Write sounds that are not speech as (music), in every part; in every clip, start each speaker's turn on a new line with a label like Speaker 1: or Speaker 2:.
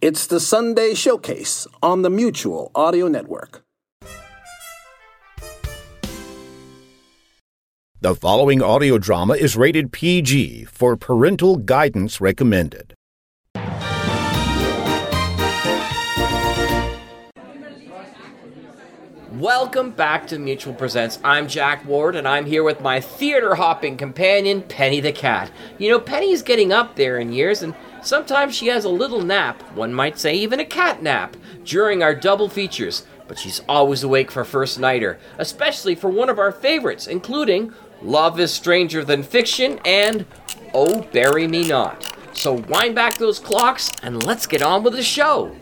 Speaker 1: It's the Sunday Showcase on the Mutual Audio Network.
Speaker 2: The following audio drama is rated PG for parental guidance recommended.
Speaker 3: Welcome back to Mutual Presents. I'm Jack Ward, and I'm here with my theater hopping companion, Penny the Cat. You know, Penny's getting up there in years, and sometimes she has a little nap, one might say even a cat nap, during our double features, but she's always awake for First Nighter, especially for one of our favorites, including Love is Stranger Than Fiction and Oh Bury Me Not. So wind back those clocks, and let's get on with the show.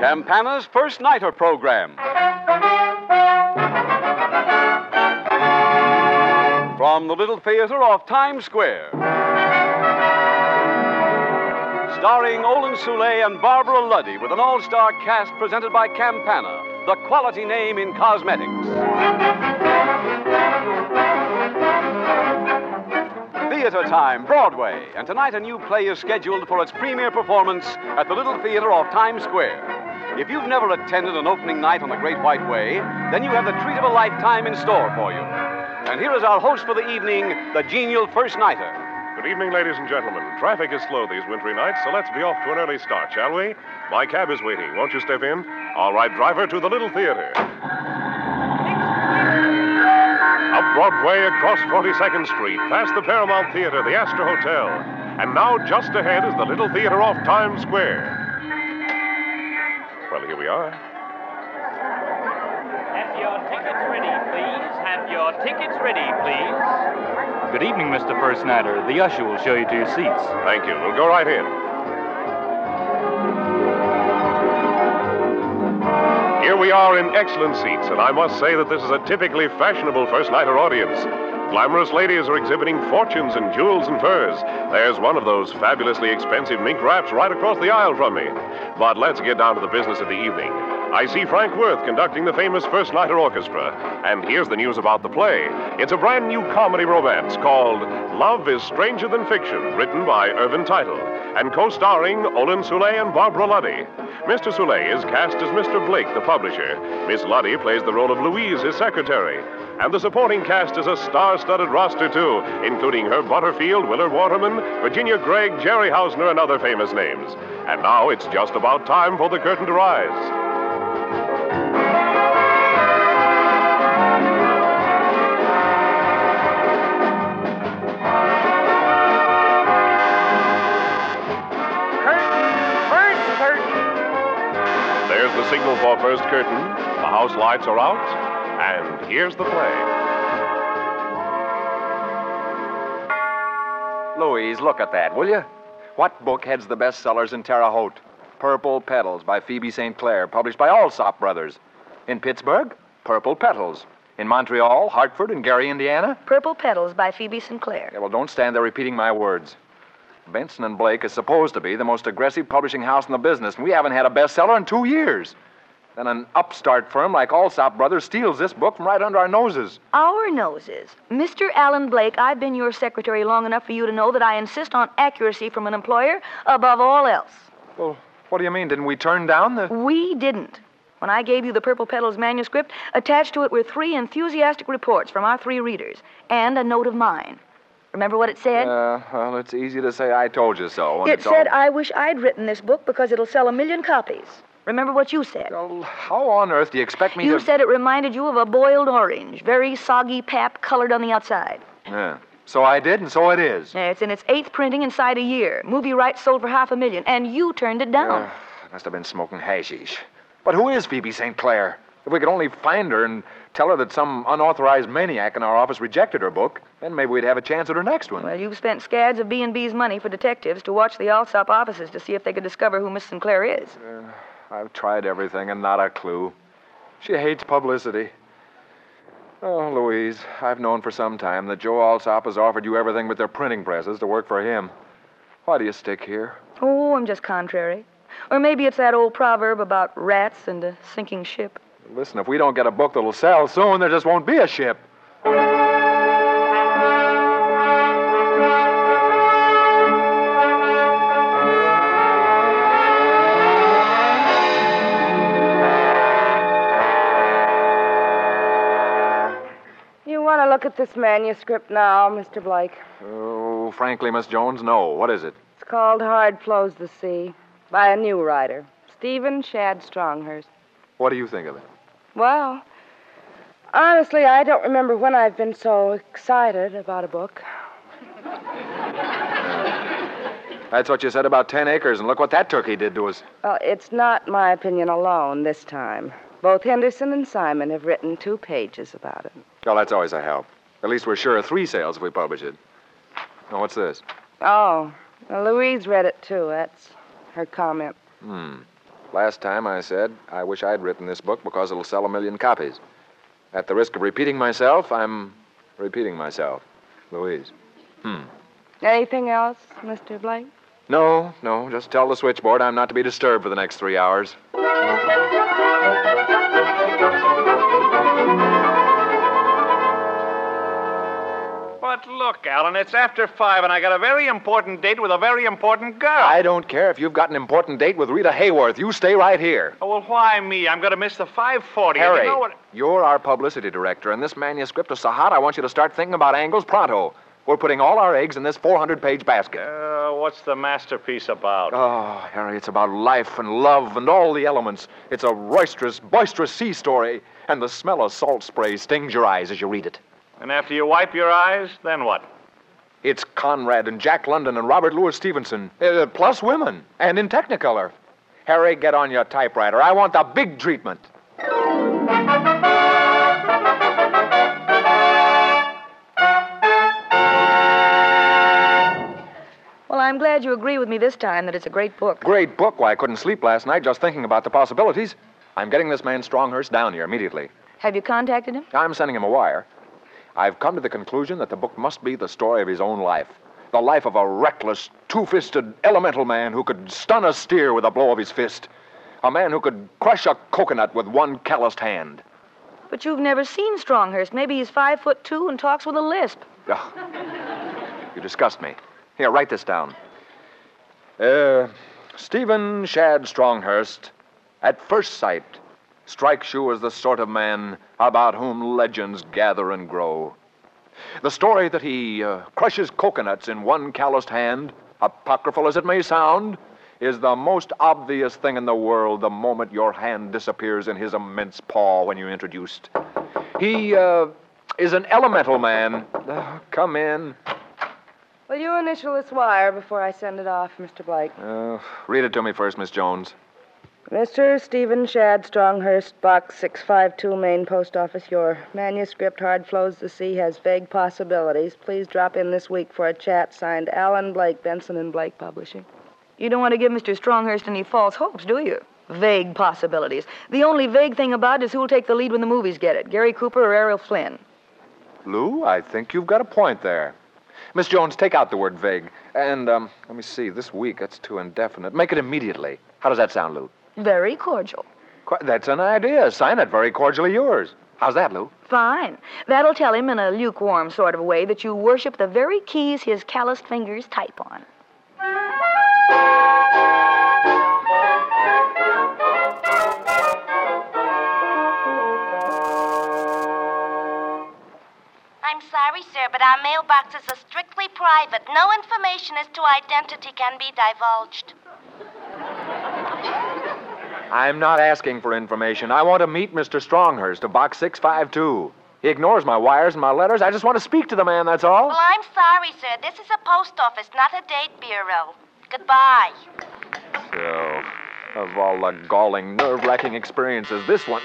Speaker 4: Campana's First Nighter program. From the Little Theater off Times Square. Starring Olin Soule and Barbara Luddy with an all star cast presented by Campana, the quality name in cosmetics. Theater Time, Broadway, and tonight a new play is scheduled for its premiere performance at the Little Theater off Times Square. If you've never attended an opening night on the Great White Way, then you have the treat of a lifetime in store for you. And here is our host for the evening, the genial First Nighter.
Speaker 5: Good evening, ladies and gentlemen. Traffic is slow these wintry nights, so let's be off to an early start, shall we? My cab is waiting. Won't you step in? All right, driver, to the Little Theater. Up Broadway, across 42nd Street, past the Paramount Theater, the Astor Hotel. And now, just ahead is the Little Theater off Times Square. Well, here we are.
Speaker 6: Have your tickets ready, please. Have your tickets ready, please.
Speaker 7: Good evening, Mr. First Nighter. The usher will show you to your seats.
Speaker 5: Thank you. We'll go right in. Here we are in excellent seats, and I must say that this is a typically fashionable first nighter audience. Glamorous ladies are exhibiting fortunes in jewels and furs. There's one of those fabulously expensive mink wraps right across the aisle from me. But let's get down to the business of the evening. I see Frank Worth conducting the famous First Nighter Orchestra. And here's the news about the play. It's a brand new comedy romance called Love is Stranger Than Fiction, written by Irvin Title and co-starring Olin Soule and Barbara Luddy. Mr. Soule is cast as Mr. Blake, the publisher. Miss Luddy plays the role of Louise, his secretary. And the supporting cast is a star-studded roster, too, including Herb Butterfield, Willard Waterman, Virginia Gregg, Jerry Hausner, and other famous names. And now it's just about time for the curtain to rise.
Speaker 6: Curtain, first curtain.
Speaker 5: There's the signal for first curtain. The house lights are out. And here's the play.
Speaker 4: Louise, look at that, will you? What book heads the bestsellers in Terre Haute? Purple Petals by Phoebe St. Clair, published by Allsop Brothers. In Pittsburgh, Purple Petals. In Montreal, Hartford, and Gary, Indiana,
Speaker 8: Purple Petals by Phoebe Sinclair.
Speaker 4: Yeah, well, don't stand there repeating my words. Benson and Blake is supposed to be the most aggressive publishing house in the business, and we haven't had a bestseller in two years. Then an upstart firm like Allsop Brothers steals this book from right under our noses.
Speaker 8: Our noses. Mr. Alan Blake, I've been your secretary long enough for you to know that I insist on accuracy from an employer above all else.
Speaker 4: Well, what do you mean? Didn't we turn down the.
Speaker 8: We didn't. When I gave you the Purple Petals manuscript, attached to it were three enthusiastic reports from our three readers and a note of mine. Remember what it said?
Speaker 4: Uh, well, it's easy to say I told you so. when
Speaker 8: it
Speaker 4: it's all-
Speaker 8: said, I wish I'd written this book because it'll sell a million copies. Remember what you said?
Speaker 4: Well, how on earth do you expect me
Speaker 8: You
Speaker 4: to.
Speaker 8: said it reminded you of a boiled orange, very soggy pap colored on the outside.
Speaker 4: Yeah. So I did, and so it is.
Speaker 8: Yeah, it's in its eighth printing inside a year. Movie rights sold for half a million, and you turned it
Speaker 4: Uh,
Speaker 8: down.
Speaker 4: Must have been smoking hashish. But who is Phoebe St. Clair? If we could only find her and Tell her that some unauthorized maniac in our office rejected her book. Then maybe we'd have a chance at her next one.
Speaker 8: Well, you've spent scads of B&B's money for detectives to watch the Alsop offices to see if they could discover who Miss Sinclair is.
Speaker 4: I've tried everything and not a clue. She hates publicity. Oh, Louise, I've known for some time that Joe Alsop has offered you everything but their printing presses to work for him. Why do you stick here?
Speaker 8: Oh, I'm just contrary. Or maybe it's that old proverb about rats and a sinking ship.
Speaker 4: Listen, if we don't get a book that'll sell soon, there just won't be a ship.
Speaker 9: You want to look at this manuscript now, Mr. Blake?
Speaker 4: Oh, frankly, Miss Jones, no. What is it?
Speaker 9: It's called Hard Flows the Sea by a new writer, Stephen Shad Stronghurst.
Speaker 4: What do you think of it?
Speaker 9: Well, honestly, I don't remember when I've been so excited about a book.
Speaker 4: That's what you said about 10 acres, and look what that turkey did to us.
Speaker 9: Well, it's not my opinion alone this time. Both Henderson and Simon have written two pages about it.
Speaker 4: Well, that's always a help. At least we're sure of three sales if we publish it. Now, what's this?
Speaker 9: Oh, well, Louise read it too. That's her comment.
Speaker 4: Hmm. Last time I said I wish I'd written this book because it'll sell a million copies. At the risk of repeating myself, I'm repeating myself. Louise. Hmm.
Speaker 9: Anything else, Mr. Blake?
Speaker 4: No, no, just tell the switchboard I'm not to be disturbed for the next three hours.
Speaker 10: But look, Alan, it's after five, and I got a very important date with a very important girl.
Speaker 4: I don't care if you've got an important date with Rita Hayworth. You stay right here.
Speaker 10: Oh, well, why me? I'm going to miss the 5:40. and
Speaker 4: Harry,
Speaker 10: You know what?
Speaker 4: you're our publicity director, and this manuscript is so hot, I want you to start thinking about angles pronto. We're putting all our eggs in this 400 page basket.
Speaker 10: Uh, what's the masterpiece about?
Speaker 4: Oh, Harry, it's about life and love and all the elements. It's a roisterous, boisterous sea story, and the smell of salt spray stings your eyes as you read it.
Speaker 10: And after you wipe your eyes, then what?
Speaker 4: It's Conrad and Jack London and Robert Louis Stevenson, uh, plus women, and in Technicolor. Harry, get on your typewriter. I want the big treatment.
Speaker 8: Well, I'm glad you agree with me this time that it's a great book.
Speaker 4: Great book. Why, I couldn't sleep last night just thinking about the possibilities. I'm getting this man Stronghurst down here immediately.
Speaker 8: Have you contacted him?
Speaker 4: I'm sending him a wire. I've come to the conclusion that the book must be the story of his own life. The life of a reckless, two fisted, elemental man who could stun a steer with a blow of his fist. A man who could crush a coconut with one calloused hand.
Speaker 8: But you've never seen Stronghurst. Maybe he's five foot two and talks with a lisp.
Speaker 4: Oh. You disgust me. Here, write this down. Uh, Stephen Shad Stronghurst, at first sight, strikes you as the sort of man about whom legends gather and grow. The story that he uh, crushes coconuts in one calloused hand, apocryphal as it may sound, is the most obvious thing in the world the moment your hand disappears in his immense paw when you're introduced. He uh, is an elemental man. Ah, come in.
Speaker 9: Will you initial this wire before I send it off, Mr. Blake?
Speaker 4: Uh, read it to me first, Miss Jones.
Speaker 9: Mr. Stephen Shad Stronghurst, Box 652, Main Post Office. Your manuscript, Hard Flows the Sea, has vague possibilities. Please drop in this week for a chat signed Alan Blake, Benson and Blake Publishing.
Speaker 8: You don't want to give Mr. Stronghurst any false hopes, do you? Vague possibilities. The only vague thing about it is who'll take the lead when the movies get it Gary Cooper or Errol Flynn.
Speaker 4: Lou, I think you've got a point there. Miss Jones, take out the word vague. And, um, let me see, this week, that's too indefinite. Make it immediately. How does that sound, Lou?
Speaker 8: Very cordial.
Speaker 4: Qu- that's an idea. Sign it very cordially yours. How's that, Lou?
Speaker 8: Fine. That'll tell him in a lukewarm sort of way that you worship the very keys his calloused fingers type on.
Speaker 11: I'm sorry, sir, but our mailboxes are strictly private. No information as to identity can be divulged.
Speaker 4: I'm not asking for information. I want to meet Mr. Stronghurst of Box 652. He ignores my wires and my letters. I just want to speak to the man, that's all.
Speaker 11: Well, I'm sorry, sir. This is a post office, not a date bureau. Goodbye.
Speaker 4: So, of all the galling, nerve wracking experiences, this one.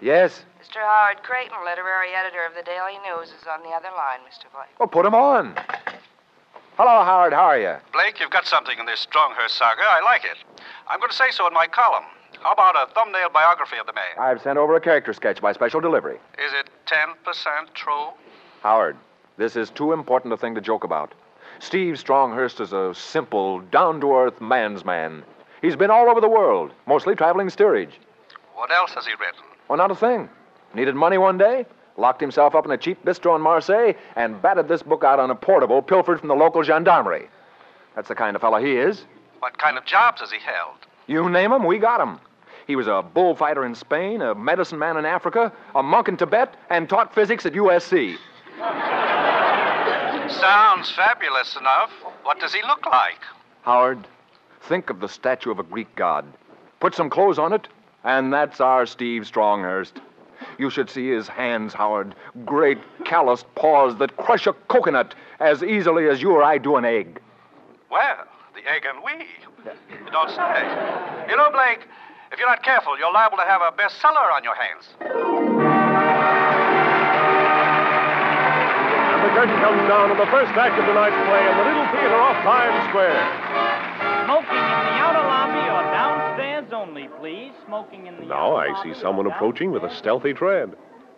Speaker 4: Yes?
Speaker 8: Mr. Howard Creighton, literary editor of the Daily News, is on the other line, Mr. Blake.
Speaker 4: Well, put him on. Hello, Howard. How are you?
Speaker 12: Blake, you've got something in this Stronghurst saga. I like it. I'm going to say so in my column. How about a thumbnail biography of the man?
Speaker 4: I've sent over a character sketch by special delivery.
Speaker 12: Is it 10% true?
Speaker 4: Howard, this is too important a thing to joke about. Steve Stronghurst is a simple, down to earth man's man. He's been all over the world, mostly traveling steerage.
Speaker 12: What else has he written?
Speaker 4: Well, not a thing. Needed money one day, locked himself up in a cheap bistro in Marseille, and batted this book out on a portable pilfered from the local gendarmerie. That's the kind of fellow he is.
Speaker 12: What kind of jobs has he held?
Speaker 4: You name him, we got him. He was a bullfighter in Spain, a medicine man in Africa, a monk in Tibet, and taught physics at USC.
Speaker 12: Sounds fabulous enough. What does he look like?
Speaker 4: Howard, think of the statue of a Greek god. Put some clothes on it, and that's our Steve Stronghurst. You should see his hands, Howard. Great calloused paws that crush a coconut as easily as you or I do an egg.
Speaker 12: Well, the egg and we. You don't say. You know, Blake, if you're not careful, you're liable to have a bestseller on your hands.
Speaker 5: And the curtain comes down on the first act of tonight's play in the Little Theater off Times Square.
Speaker 6: Smoking in the outer lobby or downstairs only, please. Smoking in the.
Speaker 5: Now I see someone approaching with a stealthy tread.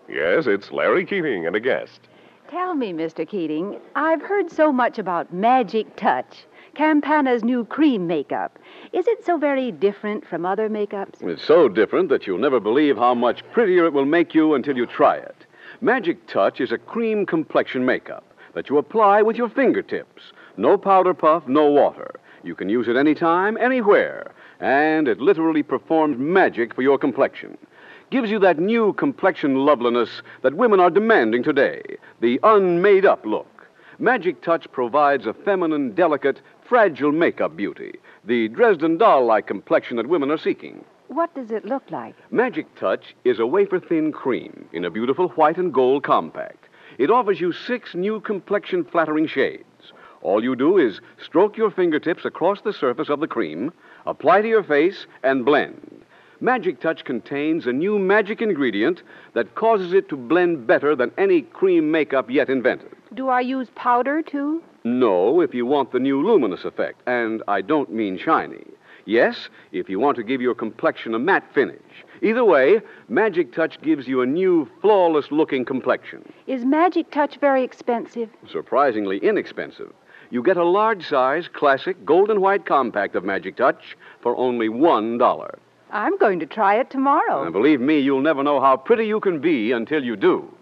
Speaker 5: Yes, it's Larry Keating and a guest.
Speaker 13: Tell me, Mr. Keating, I've heard so much about Magic Touch, Campana's new cream makeup. Is it so very different from other makeups?
Speaker 14: It's so different that you'll never believe how much prettier it will make you until you try it. Magic Touch is a cream complexion makeup that you apply with your fingertips. No powder puff, no water. You can use it anytime, anywhere, and it literally performs magic for your complexion. Gives you that new complexion loveliness that women are demanding today the unmade up look. Magic Touch provides a feminine, delicate, fragile makeup beauty, the Dresden doll like complexion that women are seeking.
Speaker 13: What does it look like?
Speaker 14: Magic Touch is a wafer thin cream in a beautiful white and gold compact. It offers you six new complexion flattering shades. All you do is stroke your fingertips across the surface of the cream, apply to your face, and blend. Magic Touch contains a new magic ingredient that causes it to blend better than any cream makeup yet invented.
Speaker 13: Do I use powder too?
Speaker 14: No, if you want the new luminous effect, and I don't mean shiny. Yes, if you want to give your complexion a matte finish. Either way, Magic Touch gives you a new, flawless looking complexion.
Speaker 13: Is Magic Touch very expensive?
Speaker 14: Surprisingly inexpensive. You get a large size, classic, gold and white compact of Magic Touch for only $1.
Speaker 13: I'm going to try it tomorrow.
Speaker 14: And believe me, you'll never know how pretty you can be until you do.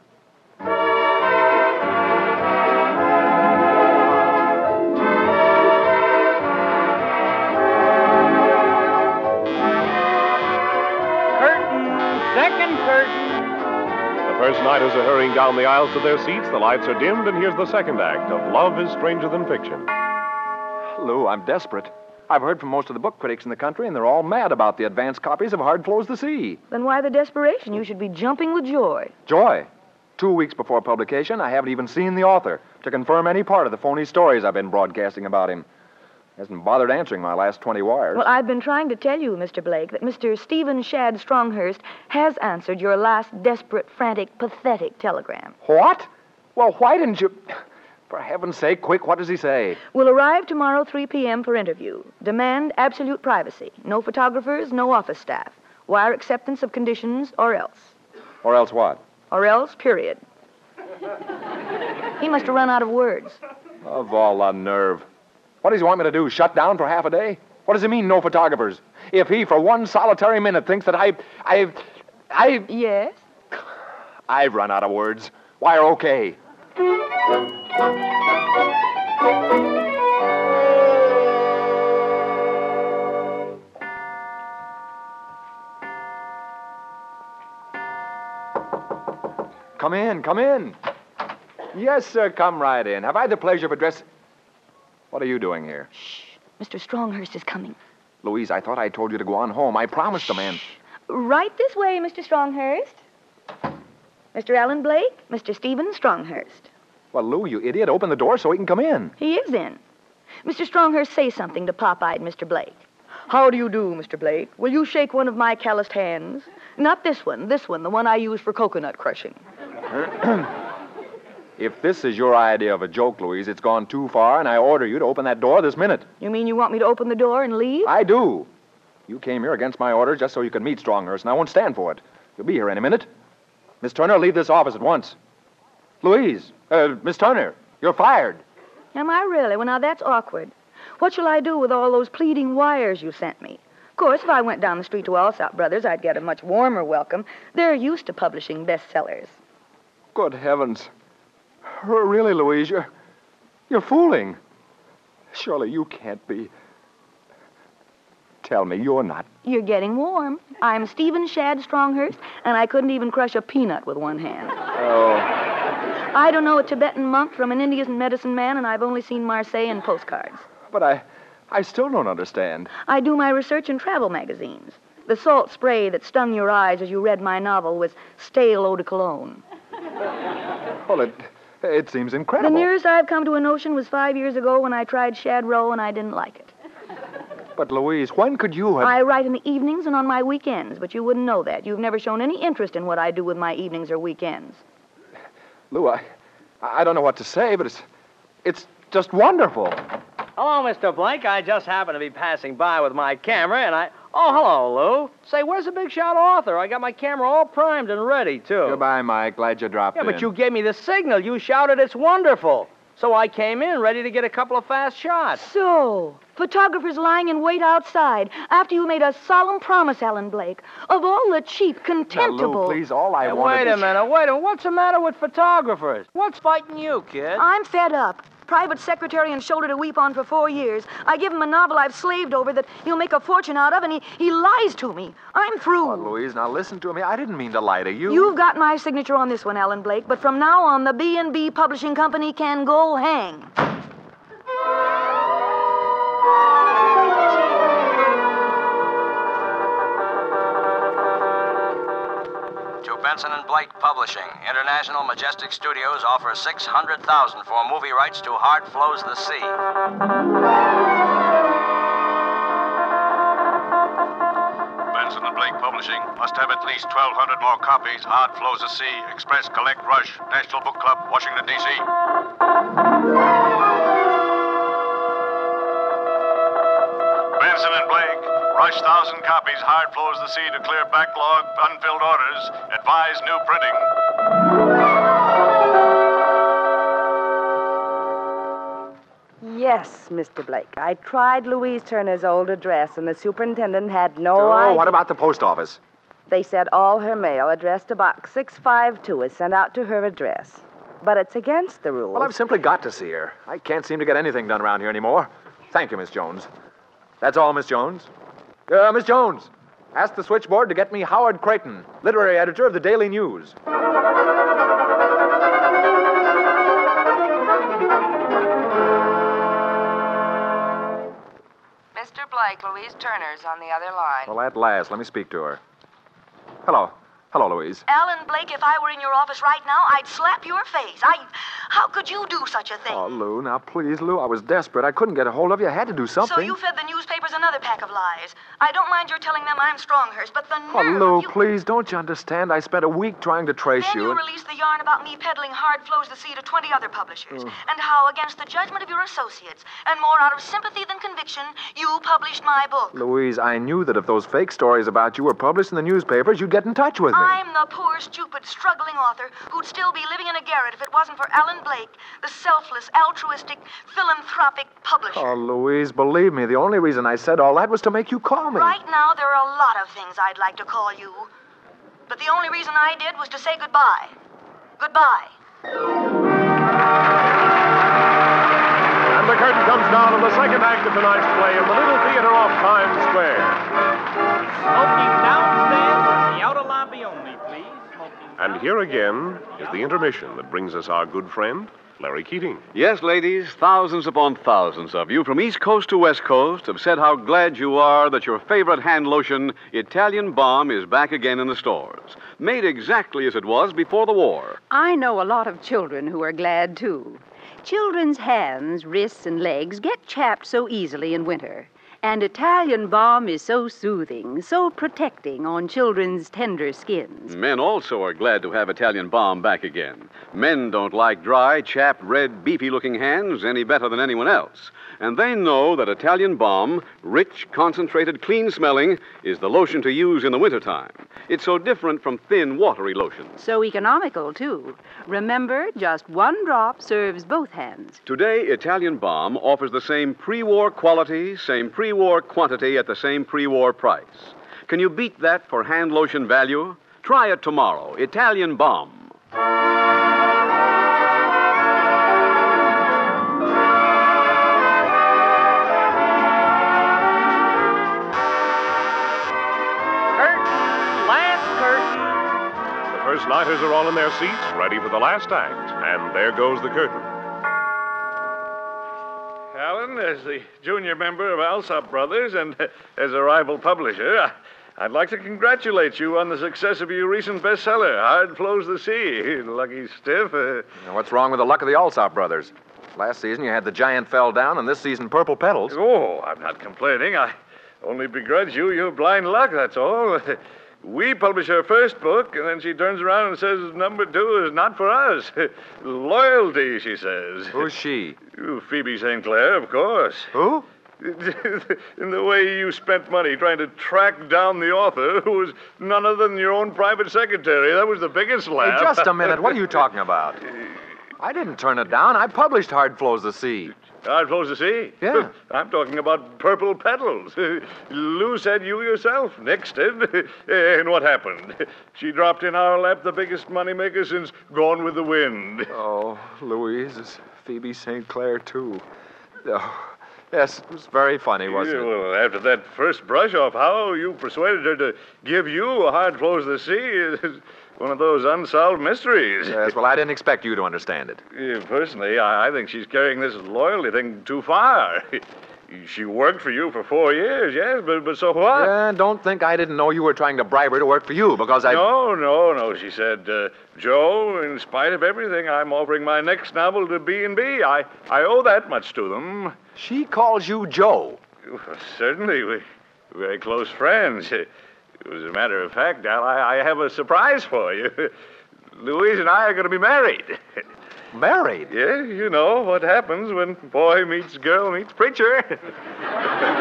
Speaker 6: Curtain, second curtain.
Speaker 5: The first nighters are hurrying down the aisles to their seats. The lights are dimmed, and here's the second act of Love is Stranger Than Fiction.
Speaker 4: Lou, I'm desperate. I've heard from most of the book critics in the country, and they're all mad about the advance copies of Hard Flows the Sea.
Speaker 8: Then why the desperation? You should be jumping with joy.
Speaker 4: Joy. Two weeks before publication, I haven't even seen the author to confirm any part of the phony stories I've been broadcasting about him. Hasn't bothered answering my last 20 wires.
Speaker 8: Well, I've been trying to tell you, Mr. Blake, that Mr. Stephen Shad Stronghurst has answered your last desperate, frantic, pathetic telegram.
Speaker 4: What? Well, why didn't you. For heaven's sake, quick, what does he say?
Speaker 8: Will arrive tomorrow 3 p.m. for interview. Demand absolute privacy. No photographers, no office staff. Wire acceptance of conditions or else.
Speaker 4: Or else what?
Speaker 8: Or else, period. he must have run out of words.
Speaker 4: Of all the nerve. What does he want me to do? Shut down for half a day? What does he mean, no photographers? If he, for one solitary minute, thinks that I. I. I.
Speaker 8: Yes?
Speaker 4: I've run out of words. Why, okay. Come in, come in. Yes, sir, come right in. Have I the pleasure of addressing. What are you doing here?
Speaker 8: Mr. Stronghurst is coming.
Speaker 4: Louise, I thought I told you to go on home. I promised the man.
Speaker 8: Right this way, Mr. Stronghurst. Mr. Alan Blake, Mr. Stephen Stronghurst.
Speaker 4: Well, Lou, you idiot, open the door so he can come in.
Speaker 8: He is in. Mr. Stronghurst, say something to pop-eyed Mr. Blake. How do you do, Mr. Blake? Will you shake one of my calloused hands? Not this one, this one, the one I use for coconut crushing.
Speaker 4: (clears throat) If this is your idea of a joke, Louise, it's gone too far, and I order you to open that door this minute.
Speaker 8: You mean you want me to open the door and leave?
Speaker 4: I do. You came here against my order just so you could meet Stronghurst, and I won't stand for it. You'll be here any minute. Miss Turner, leave this office at once. Louise, uh, Miss Turner, you're fired.
Speaker 8: Am I really? Well, now that's awkward. What shall I do with all those pleading wires you sent me? Of course, if I went down the street to Alsop Brothers, I'd get a much warmer welcome. They're used to publishing bestsellers.
Speaker 4: Good heavens. R- Really, Louise, you're, you're fooling. Surely you can't be. Tell me you're not.
Speaker 8: You're getting warm. I'm Stephen Shad Stronghurst, and I couldn't even crush a peanut with one hand.
Speaker 4: Oh.
Speaker 8: I don't know a Tibetan monk from an Indian medicine man, and I've only seen Marseille in postcards.
Speaker 4: But I. I still don't understand.
Speaker 8: I do my research in travel magazines. The salt spray that stung your eyes as you read my novel was stale eau de cologne.
Speaker 4: Well, it. It seems
Speaker 8: The
Speaker 4: incredible.
Speaker 8: nearest I've come to a notion was five years ago when I tried shad roe and I didn't like it.
Speaker 4: But, Louise, when could you have.
Speaker 8: I write in the evenings and on my weekends, but you wouldn't know that. You've never shown any interest in what I do with my evenings or weekends.
Speaker 4: Lou, I. I don't know what to say, but it's. It's just wonderful.
Speaker 15: Hello, Mr. Blake. I just happened to be passing by with my camera, and I. Oh, hello, Lou. Say, where's the big shot author? I got my camera all primed and ready, too.
Speaker 4: Goodbye, Mike. Glad you dropped
Speaker 15: Yeah,
Speaker 4: in.
Speaker 15: but you gave me the signal. You shouted, it's wonderful. So I came in ready to get a couple of fast shots.
Speaker 8: So, photographers lying in wait outside after you made a solemn promise, Alan Blake, of all the cheap, contemptible.
Speaker 4: please, all I
Speaker 15: Hey,
Speaker 4: wanted
Speaker 15: Wait a
Speaker 4: is-
Speaker 15: minute, wait a minute. What's the matter with photographers? What's fighting you, kid?
Speaker 8: I'm fed up. Private secretary and shoulder to weep on for four years. I give him a novel I've slaved over that he'll make a fortune out of, and he, he lies to me. I'm through.
Speaker 4: Oh, Louise, now listen to me. I didn't mean to lie to you.
Speaker 8: You've got my signature on this one, Alan Blake, but from now on, the B&B Publishing Company can go hang.
Speaker 16: To Benson and Blake Publishing, International Majestic Studios offers 600,000 for movie rights to Hard Flows the Sea.
Speaker 17: Benson and Blake Publishing must have at least 1,200 more copies. Hard Flows the Sea, Express Collect Rush, National Book Club, Washington, D.C. Benson and Blake, rush 1,000 copies. Hard Flows the Sea to clear backlog, unfilled orders. Advise new printing.
Speaker 9: Yes, Mr. Blake. I tried Louise Turner's old address, and the superintendent had no
Speaker 4: Oh,
Speaker 9: idea.
Speaker 4: what about the post office?
Speaker 9: They said all her mail addressed to Box 652 is sent out to her address. But it's against the rules.
Speaker 4: Well, I've simply got to see her. I can't seem to get anything done around here anymore. Thank you, Miss Jones. That's all, Miss Jones. Uh, Miss Jones, ask the switchboard to get me Howard Creighton, literary editor of the Daily News.
Speaker 18: Mr. Blake, Louise Turner's on the other line.
Speaker 4: Well, at last, let me speak to her. Hello. Hello, Louise.
Speaker 8: Alan Blake, if I were in your office right now, I'd slap your face. I. How could you do such a thing?
Speaker 4: Oh, Lou, now please, Lou. I was desperate. I couldn't get a hold of you. I had to do something.
Speaker 8: So you fed the newspapers another pack of lies. I don't mind your telling them I'm Stronghurst, but the nerve.
Speaker 4: Oh, Lou,
Speaker 8: you...
Speaker 4: please, don't you understand? I spent a week trying to trace
Speaker 8: Then
Speaker 4: you.
Speaker 8: you
Speaker 4: and-
Speaker 8: released the yarn about me peddling hard flows the sea to 20 other publishers, and how, against the judgment of your associates, and more out of sympathy than conviction, you published my book.
Speaker 4: Louise, I knew that if those fake stories about you were published in the newspapers, you'd get in touch with me.
Speaker 8: I'm the poor, stupid, struggling author who'd still be living in a garret if it wasn't for Alan Blake, the selfless, altruistic, philanthropic publisher.
Speaker 4: Oh, Louise, believe me, the only reason I said all that was to make you call me.
Speaker 8: Right now, there are a lot of things I'd like to call you. But the only reason I did was to say goodbye. Goodbye.
Speaker 5: And the curtain comes down on the second act of tonight's play in the Little Theater off Times Square.
Speaker 6: Smoking downstairs in the outer lobby only, please.
Speaker 5: And here again is the intermission that brings us our good friend, Larry Keating.
Speaker 14: Yes, ladies, thousands upon thousands of you from East Coast to West Coast have said how glad you are that your favorite hand lotion, Italian Balm, is back again in the stores. Made exactly as it was before the war.
Speaker 13: I know a lot of children who are glad too. Children's hands, wrists, and legs get chapped so easily in winter. And Italian balm is so soothing, so protecting on children's tender skin.
Speaker 14: Men also are glad to have Italian Balm back again. Men don't like dry, chapped, red, beefy looking hands any better than anyone else. And they know that Italian Balm, rich, concentrated, clean smelling, is the lotion to use in the wintertime. It's so different from thin, watery lotions.
Speaker 13: So economical, too. Remember, just one drop serves both hands.
Speaker 14: Today, Italian Balm offers the same pre war quality, same pre war quantity at the same pre war price. Can you beat that for hand lotion value? Try it tomorrow. Italian Balm.
Speaker 15: Last curtain.
Speaker 5: The first nighters are all in their seats, ready for the last act, and there goes the curtain.
Speaker 10: Alan, as the junior member of Alsop Brothers and (laughs) uh, as a rival publisher, I- I'd like to congratulate you on the success of your recent bestseller, Hard Flows the Sea. (laughs) Lucky stiff. Uh,
Speaker 4: Now, what's wrong with the luck of the Alsop brothers? Last season you had the giant fell down, and this season purple petals.
Speaker 10: Oh, I'm not complaining. I only begrudge you your blind luck, that's all. (laughs) We publish her first book, and then she turns around and says, Number two is not for us. (laughs) Loyalty, she says.
Speaker 4: Who's she?
Speaker 10: Phoebe St. Clair, of course.
Speaker 4: Who?
Speaker 10: (laughs) In the way you spent money trying to track down the author, who was none other than your own private secretary. That was the biggest
Speaker 4: Hey,
Speaker 10: laugh.
Speaker 4: just a minute. What are you talking about? I didn't turn it down. I published Hard Flows the Sea.
Speaker 10: Hard flows the sea.
Speaker 4: Yeah.
Speaker 10: (laughs) I'm talking about purple petals. (laughs) Lou said you yourself next did. (laughs) and what happened? (laughs) She dropped in our lap the biggest moneymaker since Gone with the Wind. (laughs)
Speaker 4: Oh, Louise is Phoebe St. Clair, too. Oh, yes, it was very funny, wasn't
Speaker 10: Yeah,
Speaker 4: it?
Speaker 10: well, after that first brush off, how you persuaded her to give you a hard flows the sea is (laughs) one of those unsolved mysteries.
Speaker 4: Yes, well, I didn't expect you to understand it.
Speaker 10: Yeah, Eh, Personally, I, I think she's carrying this loyalty thing too far. (laughs) she worked for you for four years, yes, but, but so what?
Speaker 4: Yeah, don't think I didn't know you were trying to bribe her to work for you because I.
Speaker 10: No, no, no. She said, uh, Joe, in spite of everything, I'm offering my next novel to B&B. I, I owe that much to them.
Speaker 4: She calls you Joe.
Speaker 10: certainly. We, very close friends. (laughs) Uh, As a matter of fact, Al, I, I have a surprise for you. (laughs) Louise and I are going to be married. (laughs)
Speaker 4: Married?
Speaker 10: Yeah, you know what happens when boy meets girl meets preacher. (laughs)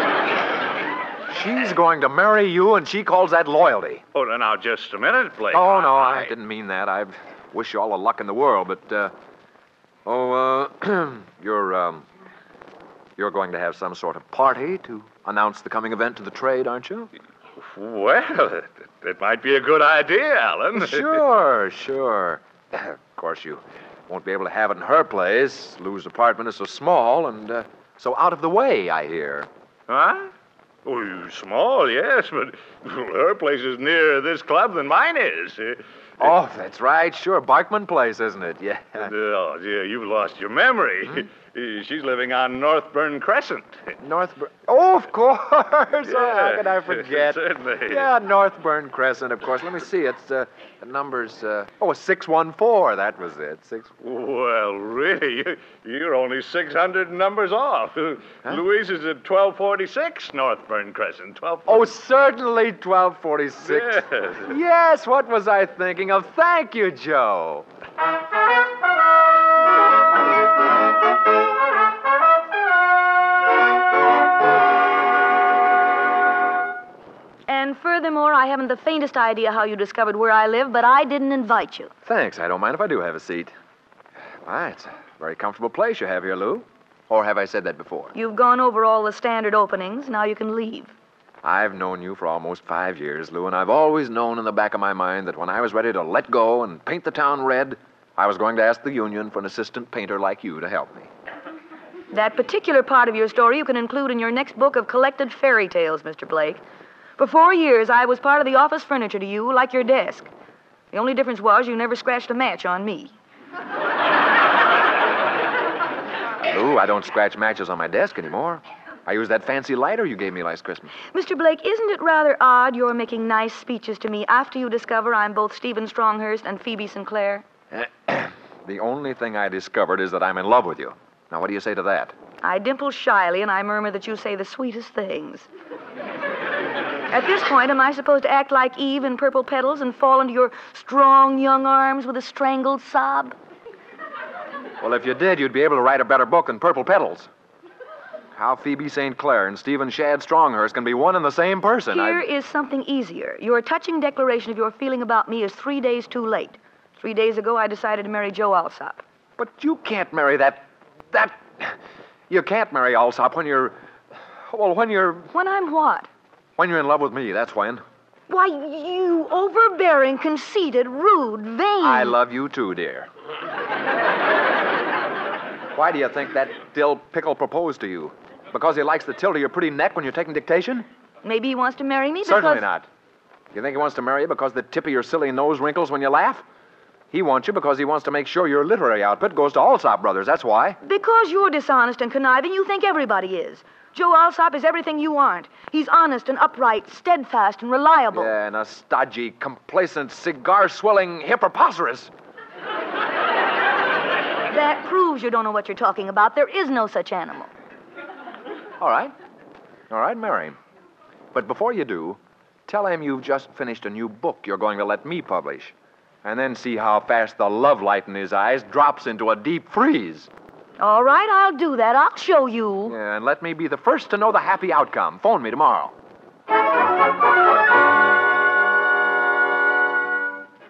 Speaker 4: She's going to marry you, and she calls that loyalty.
Speaker 10: oh, no, now, just a minute, Blake.
Speaker 4: Oh, no, I didn't mean that. I wish you all the luck in the world, but, uh. Oh, uh. (clears throat) you're, um. You're going to have some sort of party to announce the coming event to the trade, aren't you?
Speaker 10: Well, it, it might be a good idea, Alan.
Speaker 4: (laughs) Sure, sure. of course, you won't be able to have it in her place. Lou's apartment is so small and uh, so out of the way, I hear.
Speaker 10: Huh? Oh, you small, yes, but her place is nearer this club than mine is. Uh,
Speaker 4: Oh, that's right. Sure, Barkman Place, isn't it? Yeah. Hmm?
Speaker 10: Oh, dear, you've lost your memory. Uh, She's living on Northburn Crescent.
Speaker 4: Northburn. Oh, of course. Oh, how could I (laughs)
Speaker 10: Yeah,
Speaker 4: forget?
Speaker 10: certainly.
Speaker 4: Yeah, Northburn Crescent, of course. Let me see. It's uh, the numbers. Uh, oh, it's 614. That was it. Six.
Speaker 10: Well, really, you- you're only 600 numbers off. (laughs) Louise is at 1246 Northburn Crescent. 12...
Speaker 4: Oh, certainly 1246.
Speaker 10: Yes.
Speaker 4: Yes, what was I thinking of? Thank you, Joe.
Speaker 8: And furthermore, I haven't the faintest idea how you discovered where I live, but I didn't invite you.
Speaker 4: Thanks. I don't mind if I do have a seat. My, it's a very comfortable place you have here, Lou. Or have I said that before?
Speaker 8: You've gone over all the standard openings. Now you can leave.
Speaker 4: I've known you for almost five years, Lou, and I've always known in the back of my mind that when I was ready to let go and paint the town red, I was going to ask the union for an assistant painter like you to help me.
Speaker 8: That particular part of your story you can include in your next book of collected fairy tales, Mr. Blake. For four years, I was part of the office furniture to you, like your desk. The only difference was you never scratched a match on me.
Speaker 4: Lou, I don't scratch matches on my desk anymore. I use that fancy lighter you gave me last Christmas.
Speaker 8: Mr. Blake, isn't it rather odd you're making nice speeches to me after you discover I'm both Stephen Stronghurst and Phoebe Sinclair?
Speaker 4: The only thing I discovered is that I'm in love with you. Now, what do you say to that?
Speaker 8: I dimple shyly and I murmur that you say the sweetest things. At this point, am I supposed to act like Eve in purple petals and fall into your strong young arms with a strangled sob?
Speaker 4: Well, if you did, you'd be able to write a better book than Purple Petals. How Phoebe St. Clair and Stephen Shad Stronghurst can be one and the same person. I-
Speaker 8: Here is something easier. Your touching declaration of your feeling about me is three days too late. Three days ago, I decided to marry Joe Alsop.
Speaker 4: But you can't marry that. That. You can't marry Alsop when you're. Well, when you're.
Speaker 8: When I'm what?
Speaker 4: When you're in love with me, that's when.
Speaker 8: Why, you overbearing, conceited, rude, vain.
Speaker 4: I love you too, dear. Why do you think that dill pickle proposed to you? Because he likes the tilt of your pretty neck when you're taking dictation?
Speaker 8: Maybe he wants to marry me because.
Speaker 4: Certainly not. You think he wants to marry you because the tip of your silly nose wrinkles when you laugh? He wants you because he wants to make sure your literary outfit goes to Alsop Brothers, that's why.
Speaker 8: Because you're dishonest and conniving, you think everybody is. Joe Alsop is everything you aren't. He's honest and upright, steadfast and reliable.
Speaker 4: Yeah, and a stodgy, complacent, cigar swelling hippopotamus.
Speaker 8: That proves you don't know what you're talking about. There is no such animal.
Speaker 4: All right. All right, marry him. But before you do, tell him you've just finished a new book you're going to let me publish. And then see how fast the love light in his eyes drops into a deep freeze.
Speaker 8: All right, I'll do that. I'll show you.
Speaker 4: Yeah, and let me be the first to know the happy outcome. Phone me tomorrow.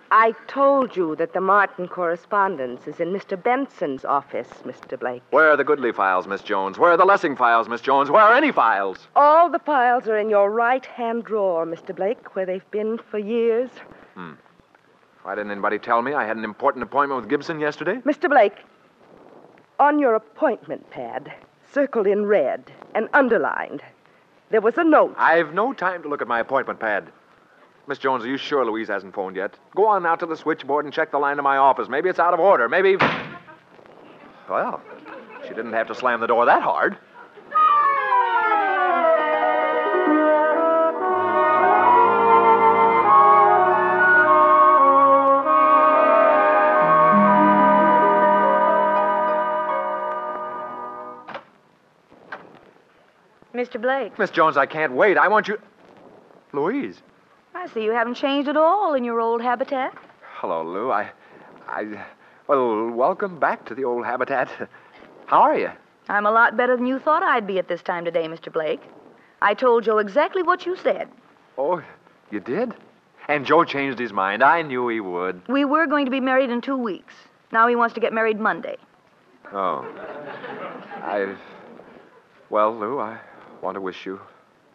Speaker 9: I told you that the Martin correspondence is in Mr. Benson's office, Mr. Blake.
Speaker 4: Where are the Goodley files, Miss Jones? Where are the Lessing files, Miss Jones? Where are any files?
Speaker 9: All the files are in your right hand drawer, Mr. Blake, where they've been for years.
Speaker 4: Hmm. Why didn't anybody tell me I had an important appointment with Gibson yesterday?
Speaker 9: Mr. Blake, on your appointment pad, circled in red and underlined, there was a note.
Speaker 4: I've no time to look at my appointment pad. Miss Jones, are you sure Louise hasn't phoned yet? Go on out to the switchboard and check the line to my office. Maybe it's out of order. Maybe. Well, she didn't have to slam the door that hard.
Speaker 8: Mr. Blake,
Speaker 4: Miss Jones, I can't wait. I want you. Louise.
Speaker 8: I see you haven't changed at all in your old habitat.
Speaker 4: Hello, Lou. I. I. Well, welcome back to the old habitat. How are you?
Speaker 8: I'm a lot better than you thought I'd be at this time today, Mr. Blake. I told Joe exactly what you said.
Speaker 4: Oh, you did? And Joe changed his mind. I knew he would.
Speaker 8: We were going to be married in two weeks. Now he wants to get married Monday.
Speaker 4: Oh. I. Well, Lou, I want to wish you,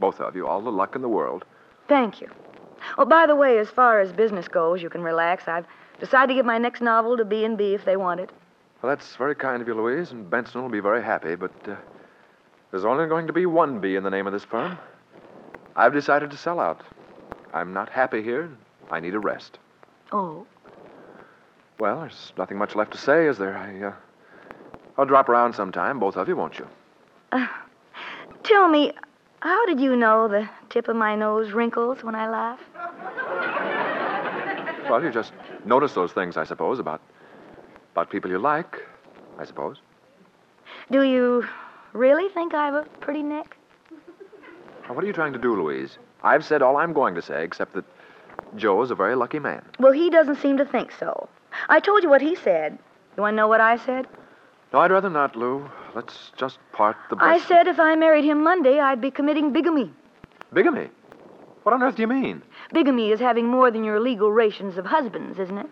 Speaker 4: both of you, all the luck in the world.
Speaker 8: Thank you. Oh, by the way, as far as business goes, you can relax. I've decided to give my next novel to B and B if they want it.
Speaker 4: Well, that's very kind of you, Louise, and Benson will be very happy, but uh, there's only going to be one B in the name of this firm. I've decided to sell out. I'm not happy here. I need a rest.
Speaker 8: Oh, (sighs)
Speaker 4: Well, there's nothing much left to say, is there? I, uh, I'll drop around sometime, both of you, won't you?
Speaker 8: Uh, tell me, how did you know the tip of my nose wrinkles when I laugh?
Speaker 4: Well, you just notice those things, I suppose, about about people you like, I suppose.
Speaker 8: Do you really think I have a pretty neck?
Speaker 4: Now, what are you trying to do, Louise? I've said all I'm going to say, except that Joe's a very lucky man.
Speaker 8: Well, he doesn't seem to think so. I told you what he said. You want to know what I said?
Speaker 4: No, I'd rather not, Lou. Let's just part the
Speaker 8: I
Speaker 4: best.
Speaker 8: said if I married him Monday, I'd be committing bigamy.
Speaker 4: Bigamy? What on earth do you mean?
Speaker 8: Bigamy is having more than your legal rations of husbands, isn't it?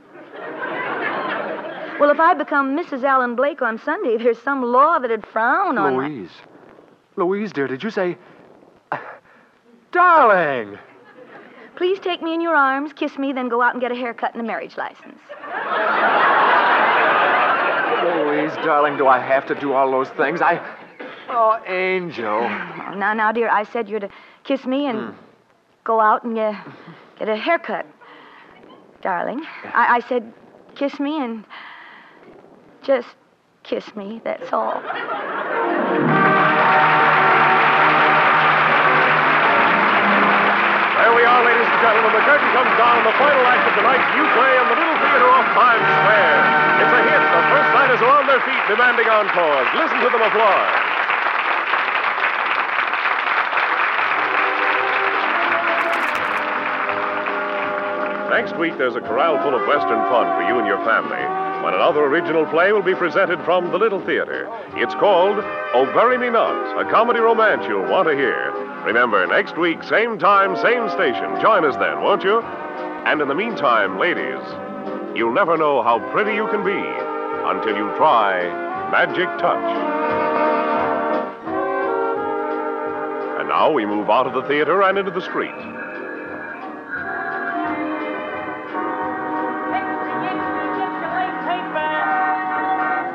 Speaker 8: Well, if I become Mrs. Allen Blake on Sunday, there's some law that'd frown on my-
Speaker 4: Louise. Louise, dear, did you say. Darling!
Speaker 8: Please take me in your arms, kiss me, then go out and get a haircut and a marriage license.
Speaker 4: Louise, darling, do I have to do all those things? I. Oh, Angel.
Speaker 8: Oh, (sighs) now, now, dear, I said you're to kiss me and go out and get, get a haircut. Darling, I, I said kiss me and just kiss me, that's all.
Speaker 5: There we are, ladies and gentlemen. The curtain comes down on the final act of tonight's new play in the Little Theater off Times Square. It's a hit. The first nighters are on their feet demanding encores. Listen to them applaud. Next week, there's a corral full of Western fun for you and your family when another original play will be presented from the Little Theater. It's called Oh Bury Me Not, a comedy romance you'll want to hear. Remember, next week, same time, same station. Join us then, won't you? And in the meantime, ladies, you'll never know how pretty you can be until you try Magic Touch. And now we move out of the theater and into the street.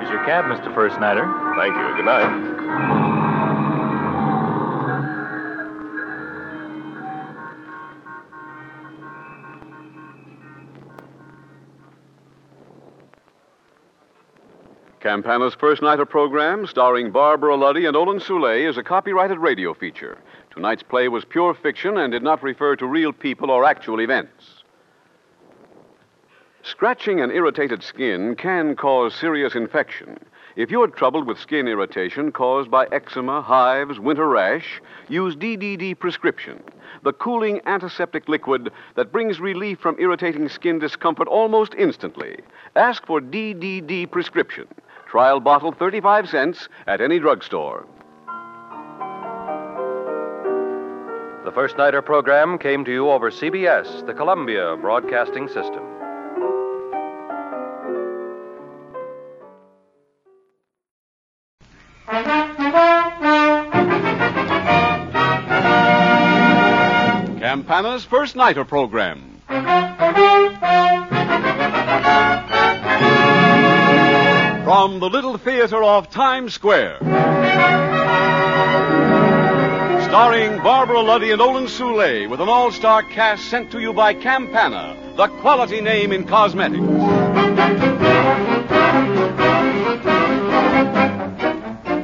Speaker 7: Is your cab, Mr. First Nighter?
Speaker 5: Thank you. Good night.
Speaker 14: Campana's First Nighter program, starring Barbara Luddy and Olin Soule, is a copyrighted radio feature. Tonight's play was pure fiction and did not refer to real people or actual events. Scratching and irritated skin can cause serious infection. If you're troubled with skin irritation caused by eczema, hives, winter rash, use DDD prescription, the cooling antiseptic liquid that brings relief from irritating skin discomfort almost instantly. Ask for DDD prescription. Trial bottle 35 cents at any drugstore.
Speaker 19: The First Nighter program came to you over CBS, the Columbia Broadcasting System.
Speaker 14: Campana's First Nighter program. From the Little Theater of Times Square. Starring Barbara Luddy and Olin Soule with an all star cast sent to you by Campana, the quality name in cosmetics.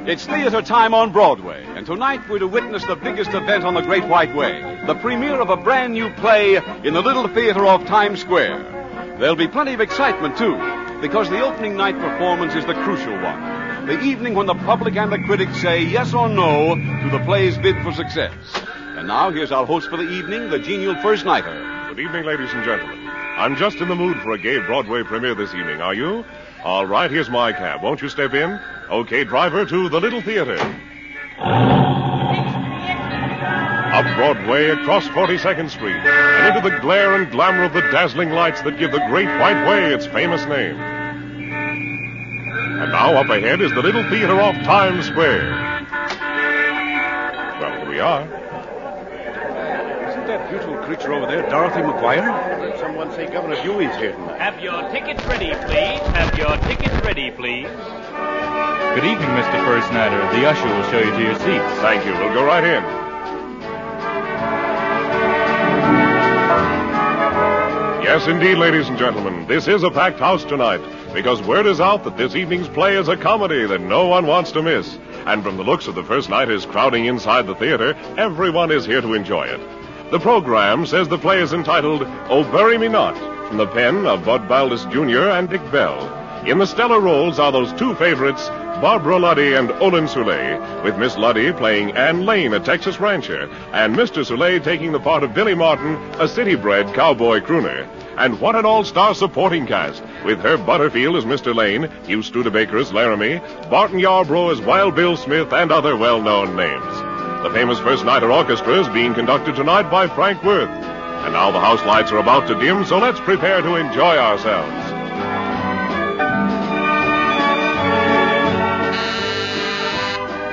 Speaker 14: It's theater time on Broadway, and tonight we're to witness the biggest event on the Great White Way the premiere of a brand new play in the Little Theater off Times Square. There'll be plenty of excitement, too, because the opening night performance is the crucial one. The evening when the public and the critics say yes or no to the play's bid for success. And now, here's our host for the evening, the genial First Nighter.
Speaker 5: Good evening, ladies and gentlemen. I'm just in the mood for a gay Broadway premiere this evening, are you? All right, here's my cab. Won't you step in? Okay, driver to the Little Theater. Up Broadway, across 42nd Street, and into the glare and glamour of the dazzling lights that give the Great White Way its famous name. And now up ahead is the Little Theater off Times Square. Well, here we are.
Speaker 20: Isn't that beautiful creature over there, Dorothy McGuire? Someone say Governor Dewey's here tonight.
Speaker 6: Have your tickets ready, please. Have your tickets ready, please.
Speaker 7: Good evening, Mr. First Nighter. The usher will show you to your seats.
Speaker 5: Thank you. We'll go right in. Yes, indeed, ladies and gentlemen, this is a packed house tonight because word is out that this evening's play is a comedy that no one wants to miss. And from the looks of the first nighters crowding inside the theater, everyone is here to enjoy it. The program says the play is entitled Oh Bury Me Not from the pen of Bud Baldus Jr. and Dick Bell. In the stellar roles are those two favorites, Barbara Luddy and Olin Soule, with Miss Luddy playing Anne Lane, a Texas rancher, and Mr. Soule taking the part of Billy Martin, a city-bred cowboy crooner. And what an all-star supporting cast, with Herb Butterfield as Mr. Lane, Hugh Studebaker as Laramie, Barton Yarbrough as Wild Bill Smith, and other well-known names. The famous First Nighter Orchestra is being conducted tonight by Frank Worth. And now the house lights are about to dim, so let's prepare to enjoy ourselves.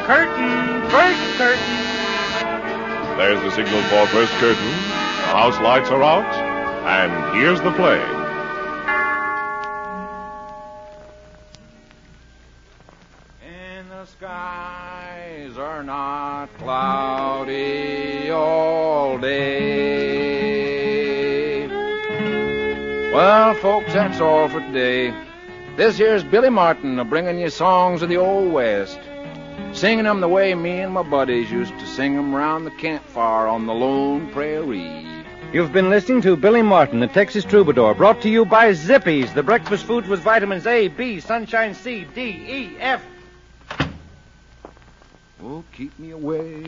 Speaker 6: Curtain, first curtain.
Speaker 5: There's the signal for first curtain. The house lights are out. And here's the play.
Speaker 21: And the skies are not cloudy all day. Well, folks, that's all for today. This here's Billy Martin a bringing you songs of the Old West. Singing 'em the way me and my buddies used to sing 'em 'round the campfire on the lone prairie.
Speaker 22: You've been listening to Billy Martin, the Texas Troubadour, brought to you by Zippies, the breakfast foods with vitamins A, B, sunshine C, D, E, F.
Speaker 21: Oh, keep me away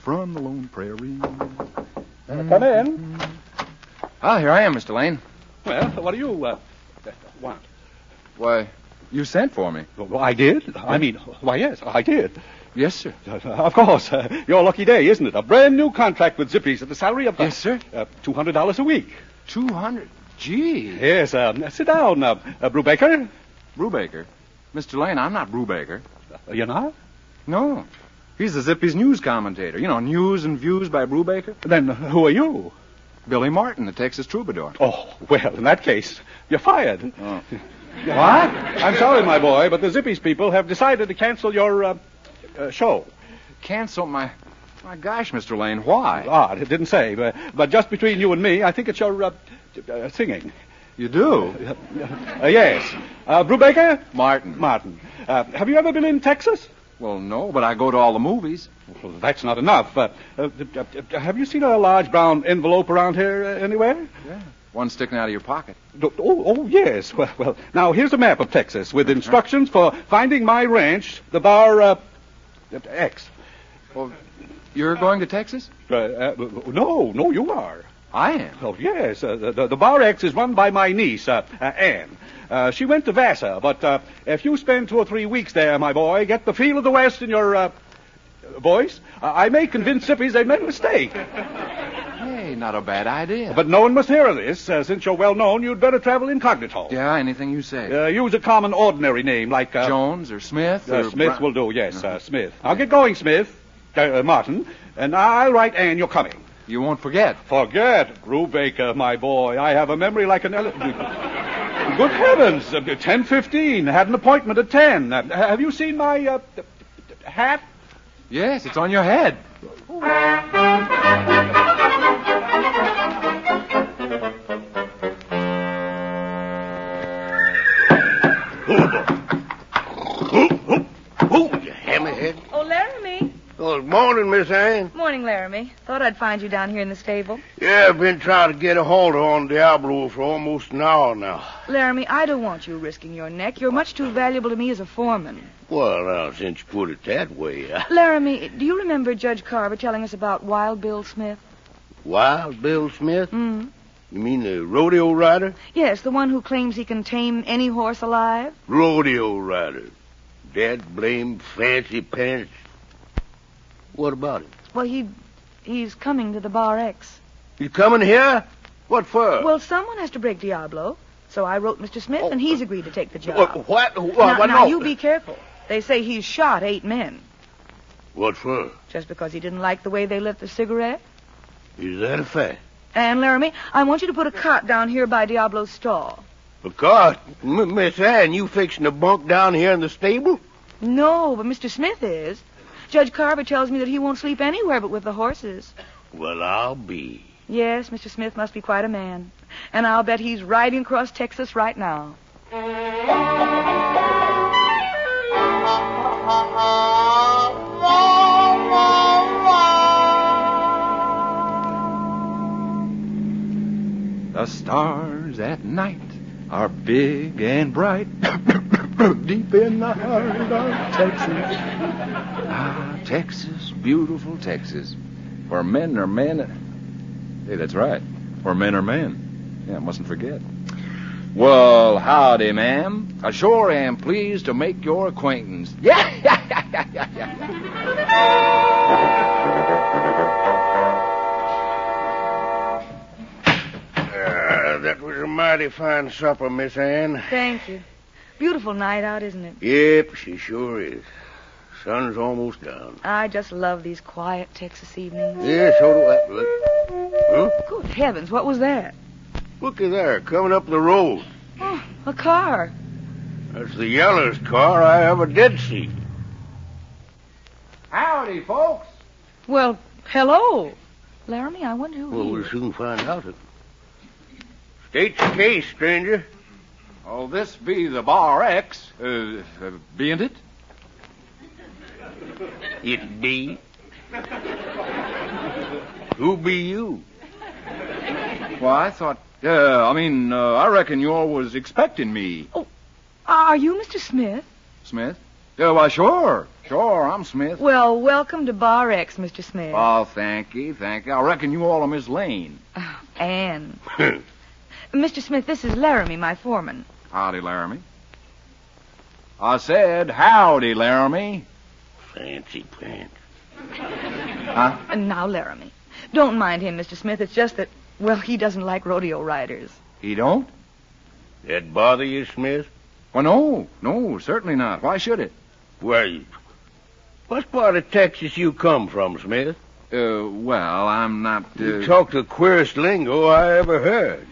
Speaker 21: from the lone prairie.
Speaker 20: Uh,
Speaker 22: Come in.
Speaker 21: Ah, here I am, Mr. Lane.
Speaker 20: Well, what do you uh, want?
Speaker 4: Why, you sent for me.
Speaker 20: Well, I did. I mean, why, yes, I did.
Speaker 4: Yes, sir.
Speaker 20: (laughs) of course. Uh, your lucky day, isn't it? A brand new contract with Zippy's at the salary of. yes, sir. Uh, $200 a week.
Speaker 4: 200 Gee.
Speaker 20: Yes, uh, sit down, uh, uh, Brubaker.
Speaker 4: Brubaker? Mr. Lane, I'm not Brubaker.
Speaker 20: Uh, You're not?
Speaker 4: No. He's the Zippy's news commentator. You know, news and views by Brubaker.
Speaker 20: Then who are you?
Speaker 4: Billy Martin, the Texas troubadour.
Speaker 20: Oh, well, in that case, you're fired.
Speaker 4: Oh.
Speaker 20: (laughs) What? I'm sorry, my boy, but the Zippy's people have decided to cancel your uh, uh, show.
Speaker 4: Cancel my. My gosh, Mr. Lane, why?
Speaker 20: Odd, it didn't say. But, but just between you and me, I think it's your uh, uh, singing.
Speaker 4: You do?
Speaker 20: Uh, (laughs) uh, yes. Uh, Brubaker?
Speaker 4: Martin.
Speaker 20: Martin. Uh, have you ever been in Texas?
Speaker 4: Well, no, but I go to all the movies.
Speaker 20: Well, that's not enough. Uh, uh, uh, uh, have you seen a large brown envelope around here uh, anywhere?
Speaker 4: Yeah. One sticking out of your pocket.
Speaker 20: Oh, oh yes. Well, well, now here's a map of Texas with
Speaker 4: Uh-huh.
Speaker 20: instructions for finding my ranch, the bar uh, X.
Speaker 4: Well, you're going to Texas?
Speaker 20: Uh, uh, no, no, you are.
Speaker 4: I am.
Speaker 20: Oh, yes. Uh, the, the Bar X is run by my niece, uh, uh, Anne. Uh, she went to Vassar, but uh, if you spend two or three weeks there, my boy, get the feel of the West in your uh, voice, uh, I may convince Zippies they've made a mistake.
Speaker 4: Hey, not a bad idea.
Speaker 20: But no one must hear of this. Uh, since you're well known, you'd better travel incognito.
Speaker 4: Yeah, anything you say.
Speaker 20: Uh, use a common, ordinary name like. Uh,
Speaker 4: Jones or Smith
Speaker 20: uh,
Speaker 4: or Uh-huh. Bra-
Speaker 20: Smith will do, yes, uh, Smith. I'll get going, Smith. Uh, uh, Martin. And I'll write Anne you're coming.
Speaker 4: You won't forget.
Speaker 20: Forget, Brubaker, my boy. I have a memory like an elephant. (laughs) Good heavens, uh, ten fifteen. Had an appointment at ten. Uh, have you seen my uh, hat?
Speaker 4: Yes, it's on your head.
Speaker 23: Who, you hammerhead?
Speaker 8: Oh, Laramie.
Speaker 23: Good morning, Miss Anne.
Speaker 8: Morning, Laramie. Thought I'd find you down here in the stable.
Speaker 23: Yeah, I've been trying to get a hold of on Diablo for almost an hour now.
Speaker 8: Laramie, I don't want you risking your neck. You're much too valuable to me as a foreman.
Speaker 23: Well, now, since you put it that way, I...
Speaker 8: Laramie, do you remember Judge Carver telling us about Wild Bill Smith?
Speaker 23: Wild Bill Smith?
Speaker 8: Mm.
Speaker 23: You mean the rodeo rider?
Speaker 8: Yes, the one who claims he can tame any horse alive.
Speaker 23: Rodeo rider. That blame fancy pants. What about him?
Speaker 8: Well, he he's coming to the Bar X.
Speaker 23: You coming here? What for?
Speaker 8: Well, someone has to break Diablo, so I wrote Mr. Smith, and he's agreed to take the job.
Speaker 23: what? Oh. What?
Speaker 8: now,
Speaker 23: what
Speaker 8: now
Speaker 23: no.
Speaker 8: you be careful. They say he's shot eight men
Speaker 23: What for?
Speaker 8: just because he didn't like the way they lit the cigarette.
Speaker 23: Is that a fact?
Speaker 8: And Laramie, I want you to put a cot down here by Diablo's stall.
Speaker 23: Because, M- Miss Anne, you fixing to bunk down here in the stable?
Speaker 8: No, but Mr. Smith is. Judge Carver tells me that he won't sleep anywhere but with the horses.
Speaker 23: Well, I'll be.
Speaker 8: Yes, Mr. Smith must be quite a man. And I'll bet he's riding across Texas right now.
Speaker 4: The stars at night are big and bright. (coughs) Deep in the heart of Texas. Ah, Texas, beautiful Texas. Where men are men. Hey, that's right. Where men are men. Yeah, mustn't forget. Well, howdy, ma'am. I sure am pleased to make your acquaintance. (laughs) Yeah, yeah, yeah, yeah, yeah, yeah.
Speaker 23: Ah, that was a mighty fine supper, Miss Anne.
Speaker 8: Thank you. Beautiful night out, isn't it?
Speaker 23: Yep, she sure is. Sun's almost down.
Speaker 8: I just love these quiet Texas evenings.
Speaker 23: Yeah, so do I. Look. Huh?
Speaker 8: Good heavens, what was that?
Speaker 23: Looky there, coming up the road.
Speaker 8: Oh, a car.
Speaker 23: That's the yellowest car I ever did see.
Speaker 4: Howdy, folks.
Speaker 8: Well, hello. Laramie, I wonder who
Speaker 23: Well,
Speaker 8: he
Speaker 23: we'll
Speaker 8: is.
Speaker 23: soon find out. State's the case, stranger.
Speaker 4: Oh, this be the Bar X, uh, uh, bean't it?
Speaker 23: It be. Who be you?
Speaker 4: Well, I thought. Uh, I mean, uh, I reckon you all was expecting me,
Speaker 8: Are you Mr. Smith?
Speaker 4: Smith. Yeah, why, sure. Sure, I'm Smith.
Speaker 8: Well, welcome to Bar X, Mr. Smith.
Speaker 4: Oh, thank you, thank you. I reckon you all are Miss Lane.
Speaker 8: Anne. Mr. Smith, this is Laramie, my foreman.
Speaker 4: Howdy, Laramie. I said, howdy, Laramie.
Speaker 23: Fancy pants.
Speaker 4: Huh?
Speaker 8: And Now, Laramie. Don't mind him, Mr. Smith. It's just that, well, he doesn't like rodeo riders.
Speaker 4: He don't?
Speaker 23: That bother you, Smith?
Speaker 4: Well, no, no, certainly not. Why should it?
Speaker 23: Wait. What part of Texas you come from, Smith?
Speaker 4: Uh, well, I'm not. Uh...
Speaker 23: You talk the queerest lingo I ever heard.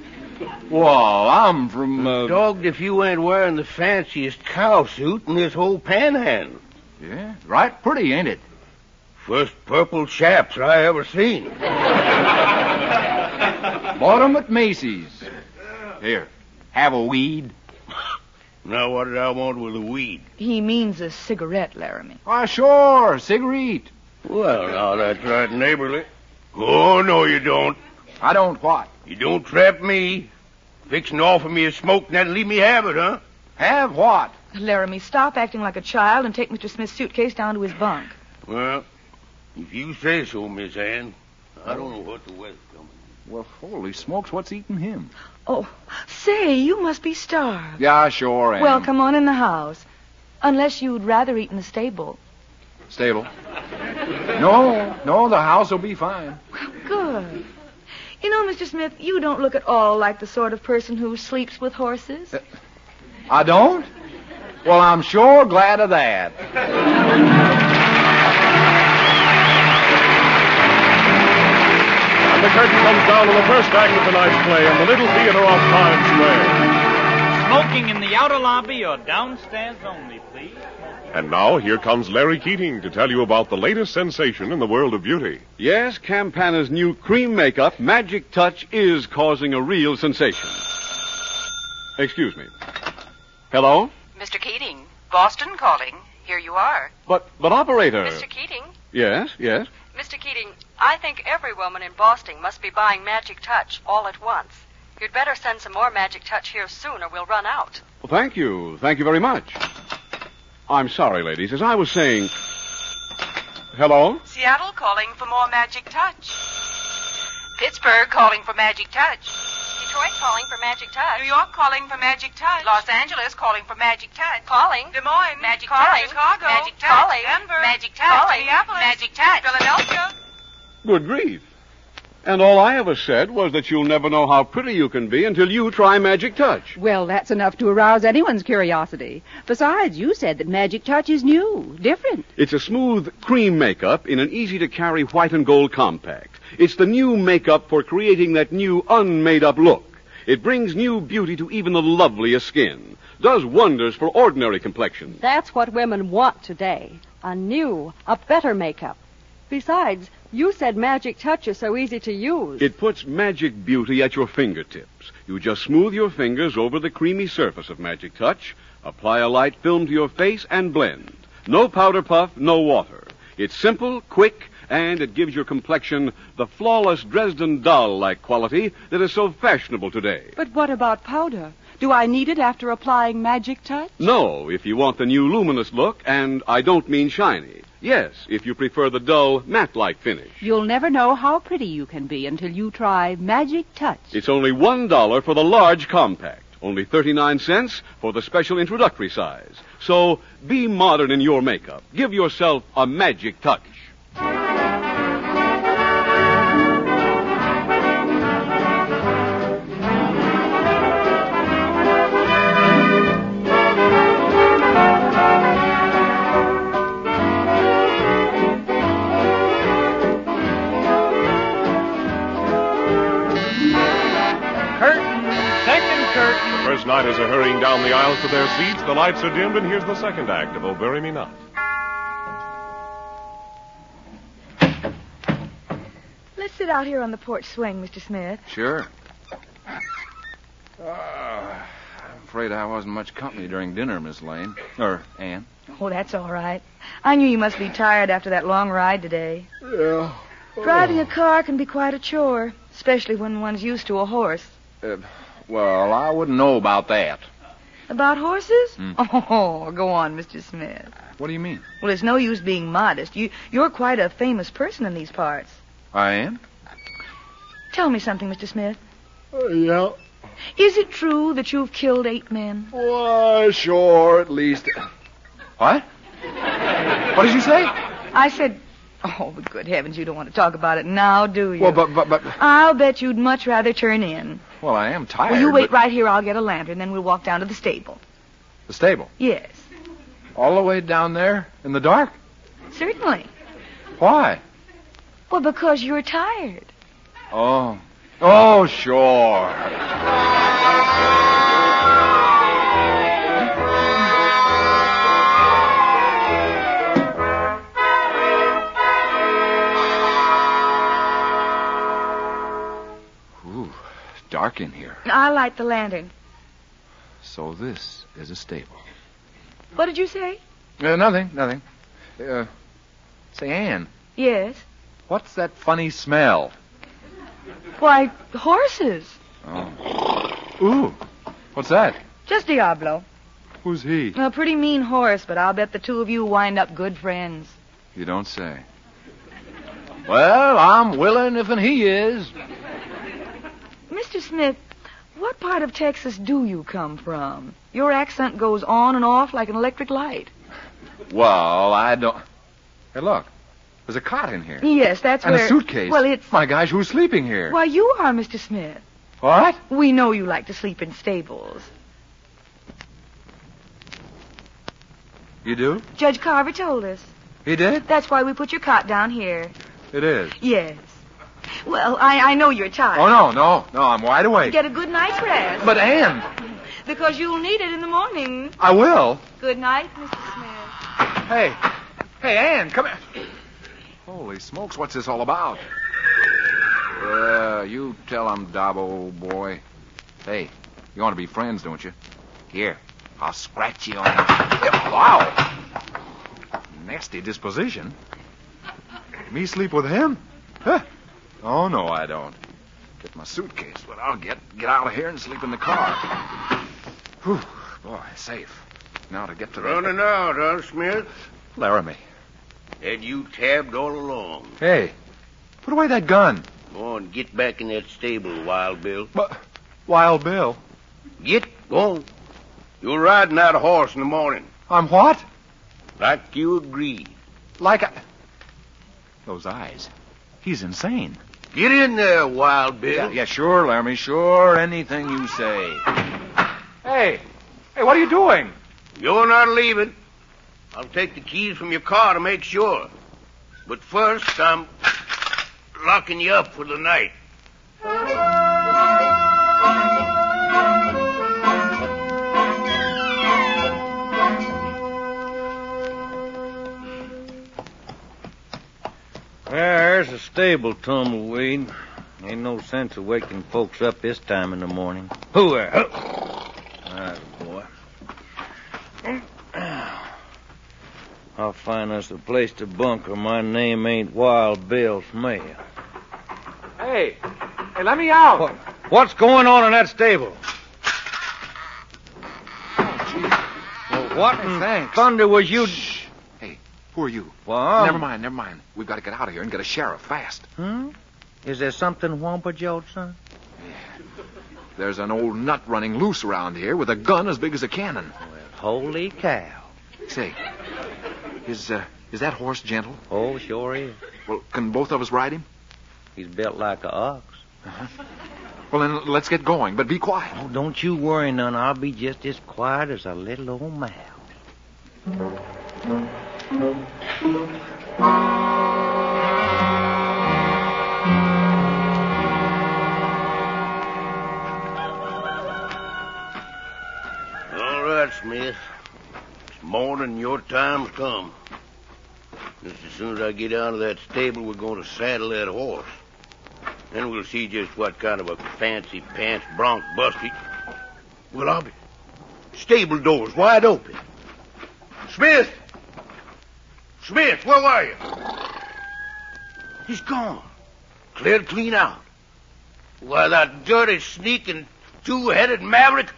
Speaker 4: Well, I'm from. Uh...
Speaker 23: Dogged if you ain't wearing the fanciest cow suit in this whole panhandle.
Speaker 4: Yeah, right pretty, ain't it?
Speaker 23: First purple chaps I ever seen.
Speaker 4: Bought 'em at Macy's. Here, have a weed.
Speaker 23: Now, what did I want with a weed?
Speaker 8: He means a cigarette, Laramie.
Speaker 4: Why, sure, cigarette.
Speaker 23: Well, now, that's right neighborly. Oh, no, you don't.
Speaker 4: I don't what?
Speaker 23: You don't trap me. Fixin' to offer me a smoke and then leave me have it, huh?
Speaker 4: Have what?
Speaker 8: Laramie, stop acting like a child and take Mr. Smith's suitcase down to his bunk.
Speaker 23: Well, if you say so, Miss Ann. I don't know what the weather's coming.
Speaker 4: Well, holy smokes, what's eating him?
Speaker 8: Oh, say, you must be starved.
Speaker 4: Yeah, I sure am.
Speaker 8: Well, come on in the house. Unless you'd rather eat in the stable.
Speaker 4: Stable. No, no, the house will be fine.
Speaker 8: Good. You know, Mr. Smith, you don't look at all like the sort of person who sleeps with horses.
Speaker 4: Uh, I don't? Well, I'm sure glad of that.
Speaker 5: And the curtain comes down on the first act of tonight's play in the Little Theater off Times Square.
Speaker 6: Smoking in the outer lobby or downstairs only, please.
Speaker 5: And now here comes Larry Keating to tell you about the latest sensation in the world of beauty.
Speaker 14: Yes, Campana's new cream makeup, Magic Touch, is causing a real sensation. Excuse me. Hello?
Speaker 13: Mr. Keating, Boston calling. Here you are.
Speaker 14: But, but operator.
Speaker 13: Mr. Keating,
Speaker 14: Yes, yes.
Speaker 13: Mr. Keating, I think every woman in Boston must be buying Magic Touch all at once. You'd better send some more Magic Touch here soon or we'll run out.
Speaker 14: Well, thank you. Thank you very much. I'm sorry, ladies. As I was saying. Hello?
Speaker 13: Seattle calling for more Magic Touch. Pittsburgh calling for Magic Touch. Detroit calling for Magic Touch. New York calling for Magic Touch. Los Angeles calling for Magic Touch. Calling. Des Moines. Magic Touch. Chicago. Magic Touch. Calling. Denver. Magic Touch. Minneapolis. Magic Touch. Philadelphia.
Speaker 14: Good grief. And all I ever said was that you'll never know how pretty you can be until you try Magic Touch.
Speaker 24: Well, that's enough to arouse anyone's curiosity. Besides, you said that Magic Touch is new, different.
Speaker 14: It's a smooth cream makeup in an easy to carry white and gold compact. It's the new makeup for creating that new unmade up look. It brings new beauty to even the loveliest skin. Does wonders for ordinary complexions.
Speaker 25: That's what women want today a new, a better makeup. Besides, you said Magic Touch is so easy to use.
Speaker 14: It puts magic beauty at your fingertips. You just smooth your fingers over the creamy surface of Magic Touch, apply a light film to your face, and blend. No powder puff, no water. It's simple, quick, and it gives your complexion the flawless Dresden doll like quality that is so fashionable today.
Speaker 25: But what about powder? Do I need it after applying Magic Touch?
Speaker 14: No, if you want the new luminous look, and I don't mean shiny. Yes, if you prefer the dull, matte like finish.
Speaker 24: You'll never know how pretty you can be until you try Magic Touch.
Speaker 14: It's only $1 for the large compact, only 39 cents for the special introductory size. So be modern in your makeup. Give yourself a magic touch.
Speaker 6: Curtain, second curtain.
Speaker 5: The first nighters are hurrying down the aisles to their seats. The lights are dimmed, and here's the second act of Oh Bury Me Not.
Speaker 8: Let's sit out here on the porch swing, Mr. Smith.
Speaker 4: Sure. Ah, I'm afraid I wasn't much company during dinner, Miss Lane. Or Anne.
Speaker 8: Oh, that's all right. I knew you must be tired after that long ride today.
Speaker 4: Yeah. Oh.
Speaker 8: Driving a car can be quite a chore, especially when one's used to a horse.
Speaker 4: Uh, well, I wouldn't know about that.
Speaker 8: About horses?
Speaker 4: Hmm.
Speaker 8: Oh, go on, Mr. Smith.
Speaker 4: What do you mean?
Speaker 8: Well, it's no use being modest. You, you're quite a famous person in these parts.
Speaker 4: I am? Uh,
Speaker 8: Tell me something, Mr. Smith.
Speaker 4: yeah.
Speaker 8: Is it true that you've killed eight men?
Speaker 4: Why, sure, at least. What? What did you say?
Speaker 8: I said, oh, but good heavens, you don't want to talk about it now, do you?
Speaker 4: Well, but, but, but.
Speaker 8: I'll bet you'd much rather turn in.
Speaker 4: Well, I am tired.
Speaker 8: well, you wait
Speaker 4: but-
Speaker 8: right here. I'll get a lantern, then we'll walk down to the stable.
Speaker 4: The stable.
Speaker 8: Yes,
Speaker 4: All the way down there in the dark?
Speaker 8: certainly.
Speaker 4: Why?
Speaker 8: Well, because you're tired.
Speaker 4: Oh. Oh, sure. Ooh, it's dark in here.
Speaker 8: I'll light the lantern.
Speaker 4: So this is a stable.
Speaker 8: What did you say?
Speaker 4: Uh, nothing, nothing. Uh, say, Anne,
Speaker 8: Yes.
Speaker 4: what's that funny smell?
Speaker 8: Why, horses.
Speaker 4: Oh. Ooh, what's that?
Speaker 8: Just Diablo.
Speaker 4: Who's he?
Speaker 8: A pretty mean horse, but I'll bet the two of you wind up good friends.
Speaker 4: You don't say. Well, I'm willing if and he is.
Speaker 8: Mr. Smith, what part of Texas do you come from? Your accent goes on and off like an electric light.
Speaker 4: Well, I don't. Hey, look. There's a cot in here.
Speaker 8: Yes, that's
Speaker 4: and
Speaker 8: where.
Speaker 4: a suitcase.
Speaker 8: Well, it's.
Speaker 4: My gosh, who's sleeping here?
Speaker 8: Why, you are, Mr. Smith.
Speaker 4: What?
Speaker 8: We know you like to sleep in stables.
Speaker 4: You do?
Speaker 8: Judge Carver told us.
Speaker 4: He did?
Speaker 8: That's why we put your cot down here.
Speaker 4: It is.
Speaker 8: Yes. Well, I, I know you're tired.
Speaker 4: Oh, no, no, no, I'm wide awake.
Speaker 8: Get a good night's rest.
Speaker 4: But, Anne,
Speaker 8: Because you'll need it in the morning.
Speaker 4: I will.
Speaker 8: Good night, Mr. Smith.
Speaker 4: Hey, hey, Anne, come here. Holy smokes, what's this all about? Uh, you tell him, Dobbo, old boy. Hey, you want to be friends, don't you? Here, I'll scratch you on the... Yeah, Wow! Nasty disposition. Me sleep with him? Huh? Oh, no, I don't. Get my suitcase, but I'll get, get out of here and sleep in the car. Whew, boy, safe. Now to get to the...
Speaker 23: Running out, huh, Smith?
Speaker 4: Laramie.
Speaker 23: And you tabbed all along.
Speaker 4: Hey, put away that gun.
Speaker 23: Go on, get back in that stable, Wild Bill.
Speaker 4: But Wild Bill.
Speaker 23: Get on. You're riding that horse in the morning,
Speaker 4: I'm what?
Speaker 23: like you agreed.
Speaker 4: Like I. Those eyes. He's insane.
Speaker 23: Get in there, Wild Bill.
Speaker 4: Yeah, yeah, sure, Laramie, sure. Anything you say. Hey, hey, what are you doing?
Speaker 23: You're not leaving. I'll take the keys from your car to make sure. But first, I'm locking you up for the night.
Speaker 22: There's a stable tumbleweed. Ain't no sense of waking folks up this time in the morning. Who are? That boy. (clears throat) I'll find us a place to bunk, or my name ain't Wild Bill Smith.
Speaker 26: Hey, hey, let me out.
Speaker 22: What's going on in that stable?
Speaker 4: Well,
Speaker 22: what in Hmm. thunder was you?
Speaker 4: Shh. Hey, who are you?
Speaker 22: Well, um-
Speaker 4: Never mind, never mind. We've got to get out of here and get a sheriff fast.
Speaker 22: Hmm? Is there something wampa jolts, son?
Speaker 4: There's an old nut running loose around here with a gun as big as a cannon.
Speaker 22: Holy cow!
Speaker 4: Say, is uh, is that horse gentle?
Speaker 22: Oh, sure is.
Speaker 4: Well, can both of us ride him?
Speaker 22: He's built like a ox.
Speaker 4: Well, then let's get going, but be quiet.
Speaker 22: Oh, don't you worry none. I'll be just as quiet as a little old mouse.
Speaker 23: All right, Smith. It's morning. Your time's come. Just as soon as I get out of that stable, we're going to saddle that horse. Then we'll see just what kind of a fancy pants bronc busty. Well, I'll be. Stable doors wide open. Smith! Smith, where were you? He's gone. Cleared clean out. Why, that dirty, sneaking, two-headed maverick.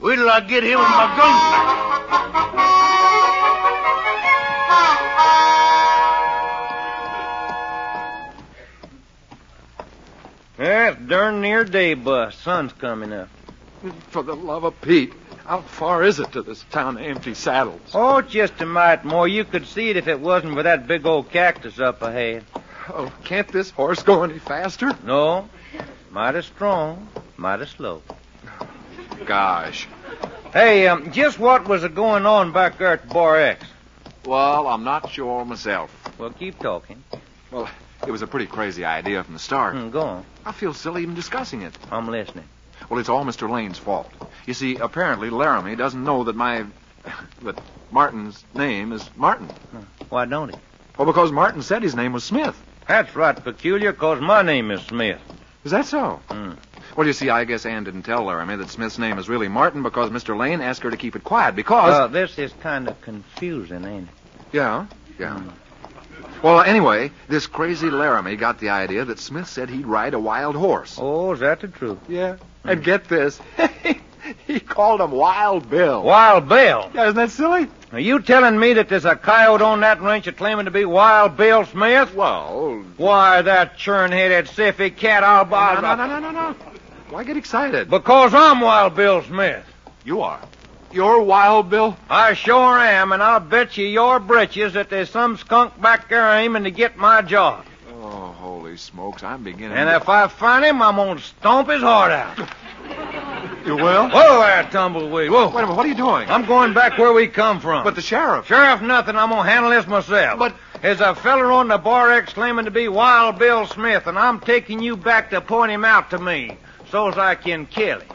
Speaker 23: Wait till I get him with my gun.
Speaker 22: Eh, That's darn near day bus. Sun's coming up.
Speaker 4: For the love of Pete, how far is it to this town of empty saddles?
Speaker 22: Oh, just a mite more. You could see it if it wasn't for that big old cactus up ahead.
Speaker 4: Oh, can't this horse go any faster?
Speaker 22: No. Mighty strong, mighty slow.
Speaker 4: Gosh.
Speaker 22: Hey, um, just what was a going on back there at Bar X?
Speaker 4: Well, I'm not sure myself.
Speaker 22: Well, keep talking.
Speaker 4: Well, it was a pretty crazy idea from the start.
Speaker 22: Hmm, go on.
Speaker 4: I feel silly even discussing it.
Speaker 22: I'm listening.
Speaker 4: Well, it's all Mr. Lane's fault. You see, apparently Laramie doesn't know that my. that Martin's name is Martin.
Speaker 22: Why don't he?
Speaker 4: Well, because Martin said his name was Smith.
Speaker 22: That's right, peculiar, 'cause my name is Smith.
Speaker 4: Is that so?
Speaker 22: Hmm.
Speaker 4: Well, you see, I guess Ann didn't tell Laramie that Smith's name is really Martin because Mr. Lane asked her to keep it quiet because.
Speaker 22: Uh, this is kind of confusing, ain't it?
Speaker 4: yeah, yeah. Well, uh, anyway, this crazy Laramie got the idea that Smith said he'd ride a wild horse.
Speaker 22: Oh, is that the truth?
Speaker 4: Yeah. And get this. (laughs) he called him Wild Bill.
Speaker 22: Wild Bill?
Speaker 4: Yeah, isn't that silly?
Speaker 22: Are you telling me that there's a coyote on that ranch that's claiming to be Wild Bill Smith?
Speaker 4: Well.
Speaker 22: Why, that churn-headed siffy cat, I'll
Speaker 20: Uh,
Speaker 22: buy...
Speaker 4: No, no, no, no, no, no. Why get excited?
Speaker 22: Because I'm Wild Bill Smith.
Speaker 4: You are. You're Wild Bill?
Speaker 22: I sure am, and I'll bet you your britches that there's some skunk back there aiming to get my job.
Speaker 4: Oh, holy smokes, I'm beginning
Speaker 22: And
Speaker 4: to...
Speaker 22: if I find him, I'm going to stomp his heart out.
Speaker 4: You will?
Speaker 22: Whoa there, tumbleweed. Whoa.
Speaker 4: Wait a minute, what are you doing?
Speaker 22: I'm going back where we come from.
Speaker 4: But the sheriff.
Speaker 22: Sheriff, nothing. I'm going to handle this myself.
Speaker 4: But-
Speaker 22: There's a feller on the bar X claiming to be Wild Bill Smith, and I'm taking you back to point him out to me so's I can kill him.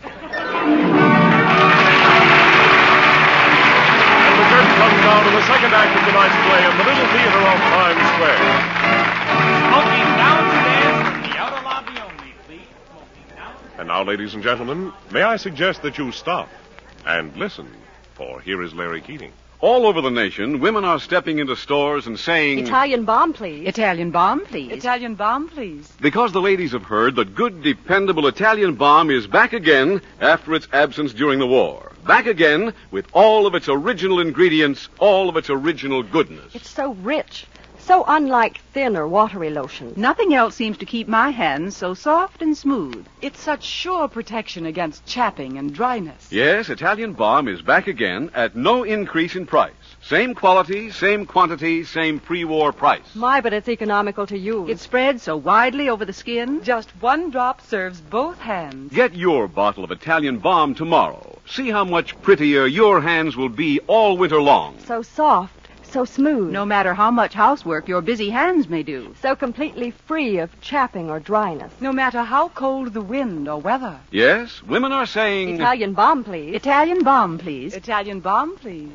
Speaker 5: The curtain comes down to the second act of tonight's play in the Little Theater on Times Square.
Speaker 6: Smoking downstairs in the outer lobby only, please.
Speaker 5: And now, ladies and gentlemen, may I suggest that you stop and listen, for here is Larry Keating.
Speaker 14: All over the nation, women are stepping into stores and saying.
Speaker 25: Italian bomb, please.
Speaker 27: Italian bomb, please.
Speaker 25: Italian bomb, please.
Speaker 14: Because the ladies have heard that good, dependable Italian bomb is back again after its absence during the war. Back again with all of its original ingredients, all of its original goodness.
Speaker 25: It's so rich. So unlike thin or watery lotion.
Speaker 27: Nothing else seems to keep my hands so soft and smooth.
Speaker 13: It's such sure protection against chapping and dryness.
Speaker 14: Yes, Italian bomb is back again at no increase in price. Same quality, same quantity, same pre war price.
Speaker 25: My, but it's economical to use.
Speaker 27: It spreads so widely over the skin.
Speaker 13: Just one drop serves both hands.
Speaker 14: Get your bottle of Italian bomb tomorrow. See how much prettier your hands will be all winter long.
Speaker 25: So soft, so smooth.
Speaker 27: No matter how much housework your busy hands may do.
Speaker 25: So completely free of chapping or dryness.
Speaker 13: No matter how cold the wind or weather.
Speaker 14: Yes, women are saying.
Speaker 25: Italian bomb, please.
Speaker 27: Italian bomb, please.
Speaker 13: Italian bomb, please.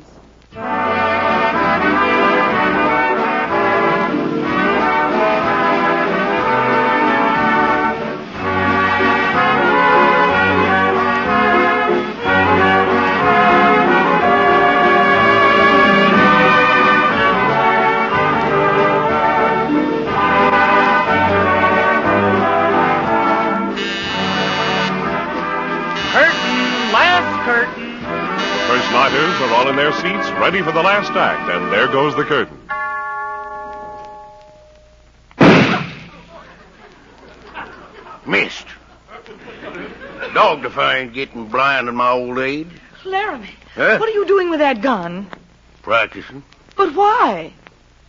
Speaker 6: Curtain, last curtain.
Speaker 5: The first nighters are all in their seats, ready for the last act, and there goes the curtain.
Speaker 23: Missed. Dogged if I ain't getting blind in my old age.
Speaker 8: Laramie,
Speaker 4: Eh?
Speaker 23: Huh?
Speaker 8: what are you doing with that gun?
Speaker 23: Practicing.
Speaker 8: But why?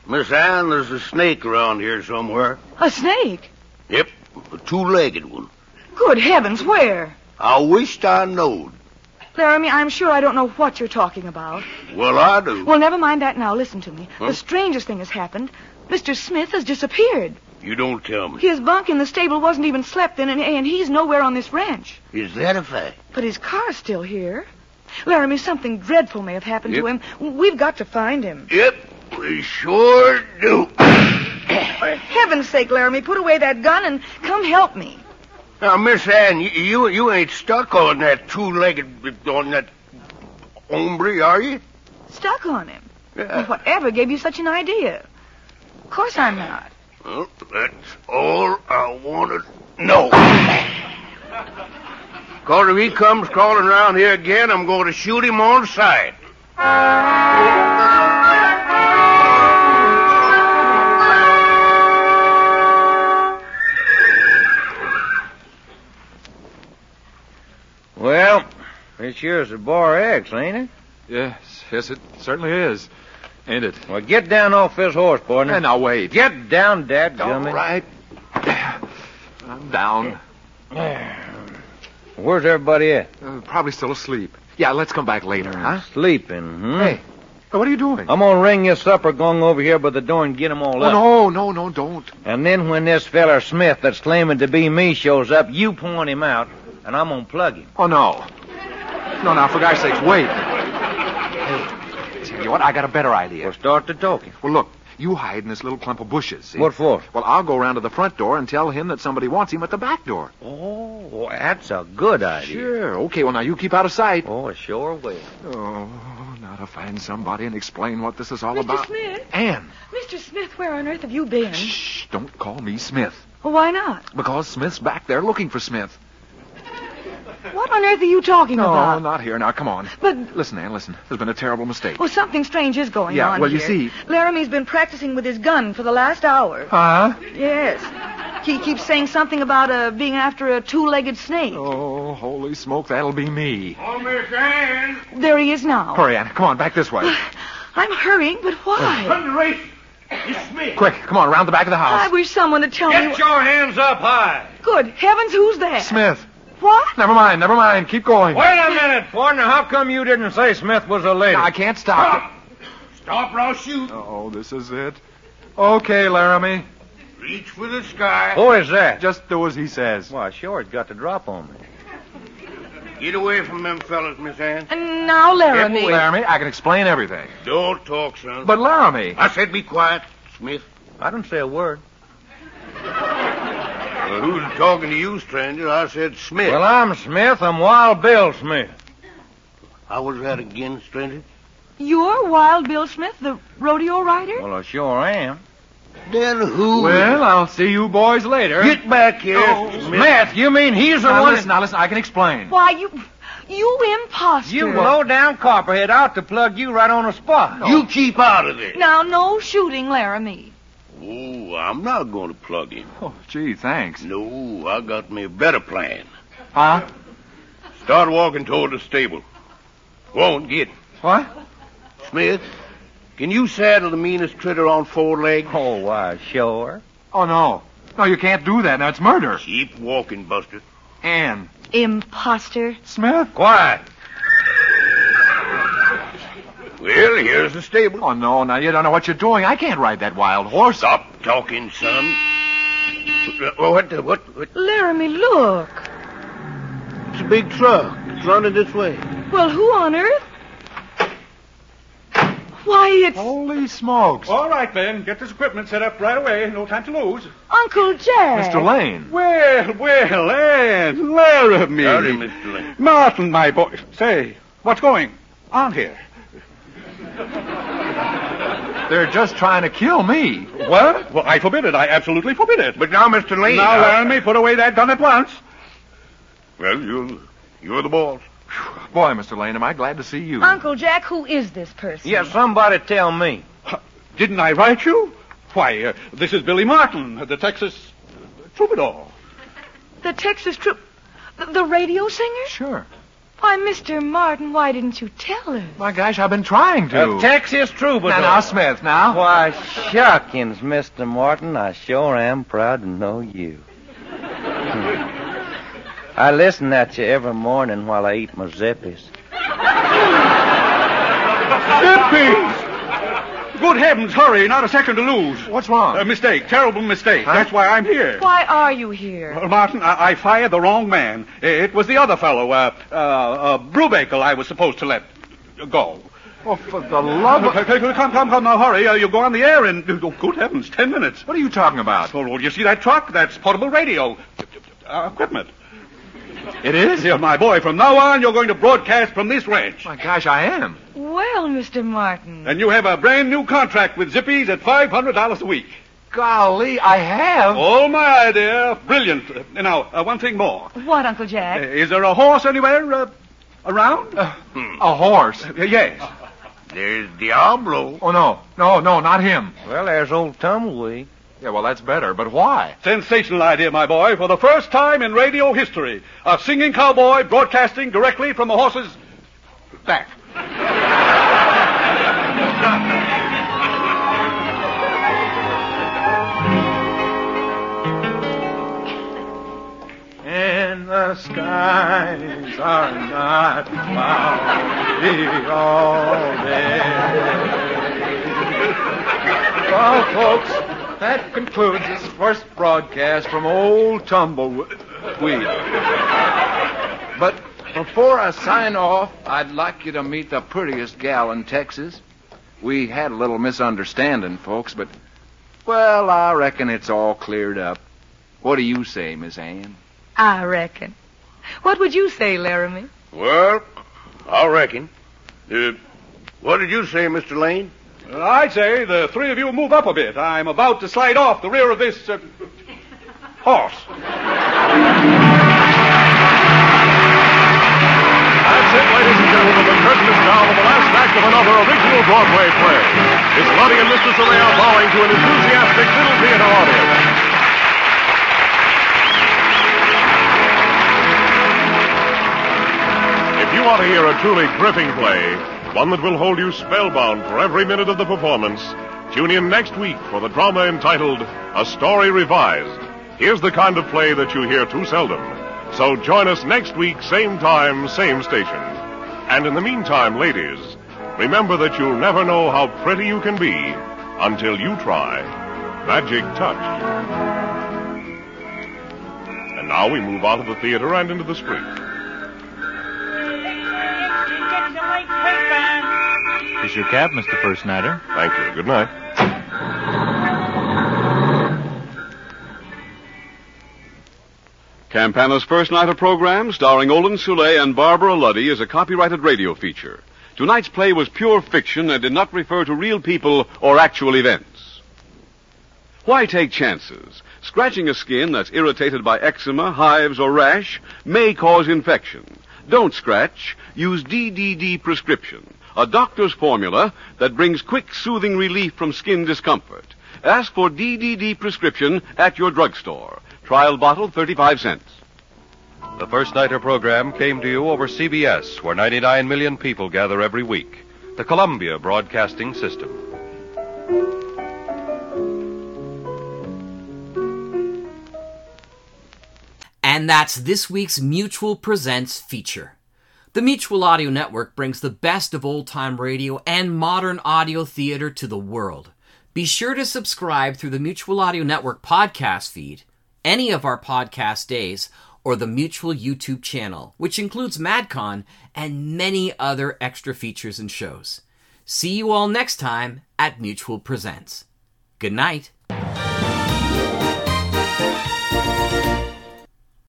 Speaker 23: Miss Ann, there's a snake around here somewhere.
Speaker 8: A snake?
Speaker 23: Yep, a two-legged one.
Speaker 8: Good heavens, where?
Speaker 23: I wished I knowed.
Speaker 8: Laramie, I'm sure I don't know what you're talking about.
Speaker 23: Well, I do.
Speaker 8: Well, never mind that now. Listen to me.
Speaker 23: Huh?
Speaker 8: The strangest thing has happened. Mr. Smith has disappeared.
Speaker 23: You don't tell me.
Speaker 8: His bunk in the stable wasn't even slept in, and, and he's nowhere on this ranch.
Speaker 23: Is that a fact?
Speaker 8: But his car's still here. Laramie, something dreadful may have happened to
Speaker 23: Yep.
Speaker 8: him. We've got to find him.
Speaker 23: Yep, we sure do.
Speaker 8: For heaven's sake, Laramie, put away that gun and come help me.
Speaker 23: Now, Miss Ann, you, you you ain't stuck on that two-legged on that hombre, are you?
Speaker 8: Stuck on him.
Speaker 23: Yeah.
Speaker 8: Whatever gave you such an idea? Of course I'm not.
Speaker 23: Well, that's all I want to know. Cause if he comes crawling around here again, I'm going to shoot him on sight.
Speaker 22: It's yours at Bar X, ain't it?
Speaker 4: Yes, yes, it certainly is. Ain't it?
Speaker 22: Well, get down off this horse, partner.
Speaker 4: And now wait.
Speaker 22: Get down, Dad. All
Speaker 4: right. I'm down.
Speaker 22: Where's everybody at?
Speaker 4: Uh, probably still asleep. Yeah, let's come back later, huh?
Speaker 22: Sleeping, hmm?
Speaker 4: Hey, Uh, what are you doing?
Speaker 22: I'm gonna ring your supper gong over here by the door and get 'em all
Speaker 4: oh,
Speaker 22: up.
Speaker 4: no, no, no, don't.
Speaker 22: And then when this feller Smith that's claiming to be me shows up, you point him out, and I'm gonna plug him.
Speaker 4: Oh, no. No, now, for God's sakes, wait. Hey, tell you what, I got a better idea.
Speaker 22: Well, start the talking.
Speaker 4: Well, look, you hide in this little clump of bushes, see?
Speaker 22: What for?
Speaker 4: Well, I'll go round to the front door and tell him that somebody wants him at the back door.
Speaker 22: Oh, that's a good idea.
Speaker 4: Sure. Okay, well, now you keep out of sight.
Speaker 22: Oh, I sure will.
Speaker 4: Oh, now to find somebody and explain what this is all
Speaker 8: Mr.
Speaker 4: about.
Speaker 8: Smith?
Speaker 4: Anne,
Speaker 8: Mr. Smith, where on earth have you been?
Speaker 4: shh, don't call me Smith.
Speaker 8: Well, why not?
Speaker 4: Because Smith's back there looking for Smith.
Speaker 8: What on earth are you talking
Speaker 4: no,
Speaker 8: about?
Speaker 4: not here. Now, come on.
Speaker 8: But-
Speaker 4: listen, Anne, listen. There's been a terrible mistake.
Speaker 8: Well, something strange is going
Speaker 4: Yeah,
Speaker 8: on.
Speaker 4: well, you
Speaker 8: here.
Speaker 4: see-
Speaker 8: Laramie's been practicing with his gun for the last hour.
Speaker 4: Huh?
Speaker 8: Yes. He keeps saying something about uh, being after a two-legged snake.
Speaker 4: Oh, holy smoke, that'll be me.
Speaker 8: Oh, Miss Anne! There he is now.
Speaker 4: Hurry, Anne. Come on, back this way.
Speaker 8: I'm hurrying, but why?
Speaker 22: race.
Speaker 4: Quick, come on, around the back of the
Speaker 8: I
Speaker 4: house.
Speaker 8: wish someone would tell me.
Speaker 22: Get your hands up high.
Speaker 8: Good heavens, who's that?
Speaker 4: Smith.
Speaker 8: What?
Speaker 4: Never mind, never mind. Keep going.
Speaker 22: Wait a minute, partner. How come you didn't say Smith was a lady?
Speaker 4: Now, I can't stop.
Speaker 23: Stop or I'll shoot.
Speaker 4: Oh, this is it. Okay, Laramie.
Speaker 23: Reach for the sky.
Speaker 22: Who is that?
Speaker 4: Just do as he says.
Speaker 22: Why, sure, it got the drop on me.
Speaker 23: Get away from them fellas, Miss Ann.
Speaker 8: And now,
Speaker 4: Hey,
Speaker 8: Laramie.
Speaker 4: Laramie, I can explain everything.
Speaker 23: Don't talk, son.
Speaker 4: But Laramie.
Speaker 23: I said be quiet, Smith.
Speaker 22: I didn't say a word.
Speaker 23: Well, who's talking to you, stranger? I said Smith.
Speaker 22: Well, I'm Smith. I'm Wild Bill Smith.
Speaker 23: How was that again, stranger?
Speaker 8: You're Wild Bill Smith, the rodeo rider?
Speaker 22: Well, I sure am.
Speaker 23: Then who?
Speaker 4: Well, I'll see you boys later.
Speaker 23: Get back here,
Speaker 22: Oh,
Speaker 23: Smith.
Speaker 22: Smith, you mean he's the
Speaker 4: Now
Speaker 22: one?
Speaker 4: listen, now listen, I can explain.
Speaker 8: Why, you. You imposter.
Speaker 22: You low down copperhead out to plug you right on the spot.
Speaker 23: You keep out of this.
Speaker 8: Now, no shooting, Laramie.
Speaker 23: Oh, I'm not going to plug him.
Speaker 4: Oh, gee, thanks.
Speaker 23: No, I got me a better plan.
Speaker 4: Huh?
Speaker 23: Start walking toward the stable. Won't get him.
Speaker 4: What?
Speaker 23: Smith, can you saddle the meanest critter on four legs?
Speaker 22: Oh, why, sure.
Speaker 4: Oh, no. No, you can't do that. Now, it's murder.
Speaker 23: Keep walking, Buster.
Speaker 4: Anne.
Speaker 8: Imposter.
Speaker 4: Smith?
Speaker 22: Quiet.
Speaker 23: Well, here's the stable.
Speaker 4: Oh, no, now you don't know what you're doing. I can't ride that wild horse.
Speaker 23: Stop talking, son. Uh, What, what, what, what?
Speaker 8: Laramie, look.
Speaker 23: It's a big truck. It's running this way.
Speaker 8: Well, who on earth? Why, it's
Speaker 4: Holy smokes.
Speaker 20: All right, men, get this equipment set up right away. No time to lose.
Speaker 8: Uncle Jack.
Speaker 4: Mr. Lane.
Speaker 20: Well, well, Ann, Laramie.
Speaker 23: Howdy, Mr. Lane.
Speaker 20: Martin, my boy. Say, what's going on here?
Speaker 4: They're just trying to kill me.
Speaker 20: What? Well, I forbid it. I absolutely forbid it.
Speaker 23: But now, Mr. Lane. uh,
Speaker 20: now,
Speaker 23: I-
Speaker 20: Laramie, put away that gun at once.
Speaker 23: Well, you're, you're the boss.
Speaker 4: Boy, Mr. Lane, am I glad to see you.
Speaker 8: Uncle Jack, who is this person?
Speaker 22: Yeah, somebody tell me.
Speaker 20: Didn't I write you? Why, uh, this is Billy Martin, the Texas troubadour.
Speaker 8: The Texas troop. The, the radio singer?
Speaker 4: Sure.
Speaker 8: Why, Mr. Martin, why didn't you tell us?
Speaker 4: My gosh, I've been trying to.
Speaker 22: A Texas troubadour.
Speaker 4: now, now, Smith, now.
Speaker 22: Why, shuckins, Mr. Martin, I sure am proud to know you. Hmm. I listen at you every morning while I eat my zippies.
Speaker 20: Zippies! Good heavens, hurry, not a second to lose.
Speaker 4: What's wrong?
Speaker 20: A mistake, terrible mistake. That's why I'm here.
Speaker 8: Why are you here?
Speaker 20: Well, Martin, I, I fired the wrong man. It was the other fellow, uh, uh, uh, Brubaker, I was supposed to let go. Uh,
Speaker 4: oh, for the love of...
Speaker 20: Come, come, come, now hurry. Uh, you go on the air in, oh, good heavens, ten minutes.
Speaker 4: What are you talking about?
Speaker 20: Oh, well, you see that truck? That's portable radio uh, equipment.
Speaker 4: It is?
Speaker 20: Here, my boy, from now on, you're going to broadcast from this ranch.
Speaker 4: My gosh, I am.
Speaker 8: Well, Mr. Martin.
Speaker 20: And you have a brand new contract with Zippies at $500 a week.
Speaker 4: Golly, I have.
Speaker 20: All my idea. Brilliant. Uh, Now, uh, one thing more.
Speaker 8: What, Uncle
Speaker 20: Uh,
Speaker 8: Jack?
Speaker 20: is there a horse anywhere uh, around? Uh,
Speaker 4: A horse.
Speaker 20: yes.
Speaker 23: There's Diablo.
Speaker 4: Oh, no. No, no, not him.
Speaker 22: Well, there's old Tumbleweed.
Speaker 28: Yeah, well, that's better, but why?
Speaker 20: Sensational idea, my boy. For the first time in radio history, a singing cowboy broadcasting directly from a horse's back.
Speaker 22: And the skies are not cloudy all day.
Speaker 4: Well, folks, that concludes this first broadcast from Old Tumbleweed. But before I sign off, I'd like you to meet the prettiest gal in Texas. We had a little misunderstanding, folks, but, well, I reckon it's all cleared up. What do you say, Miss Ann?
Speaker 8: I reckon. What would you say, Laramie?
Speaker 23: Well, I reckon. Uh, what did you say, Mr. Lane?
Speaker 20: Uh, I'd say the three of you move up a bit. I'm about to slide off the rear of this uh, horse.
Speaker 5: That's it, ladies and gentlemen. The curtain is down on the last act of another original Broadway play. It's Lottie and Mr. Soleil are bowing to an enthusiastic little theater audience. If you want to hear a truly gripping play, one that will hold you spellbound for every minute of the performance, tune in next week for the drama entitled A Story Revised. Here's the kind of play that you hear too seldom. So join us next week, same time, same station. And in the meantime, ladies, remember that you'll never know how pretty you can be until you try Magic Touch. And now we move out of the theater and into the street.
Speaker 7: Is your cab, Mr. First Nighter?
Speaker 5: Thank you. Good night.
Speaker 14: (laughs) Campana's First Night of Program, starring Olin Soule and Barbara Luddy, is a copyrighted radio feature. Tonight's play was pure fiction and did not refer to real people or actual events. Why take chances? Scratching a skin that's irritated by eczema, hives, or rash may cause infection. Don't scratch. Use DDD prescription, a doctor's formula that brings quick, soothing relief from skin discomfort. Ask for DDD prescription at your drugstore. Trial bottle, 35 cents.
Speaker 29: The First Nighter program came to you over CBS, where 99 million people gather every week. The Columbia Broadcasting System.
Speaker 16: And that's this week's Mutual Presents feature. The Mutual Audio Network brings the best of old time radio and modern audio theater to the world. Be sure to subscribe through the Mutual Audio Network podcast feed, any of our podcast days, or the Mutual YouTube channel, which includes MadCon and many other extra features and shows. See you all next time at Mutual Presents. Good night.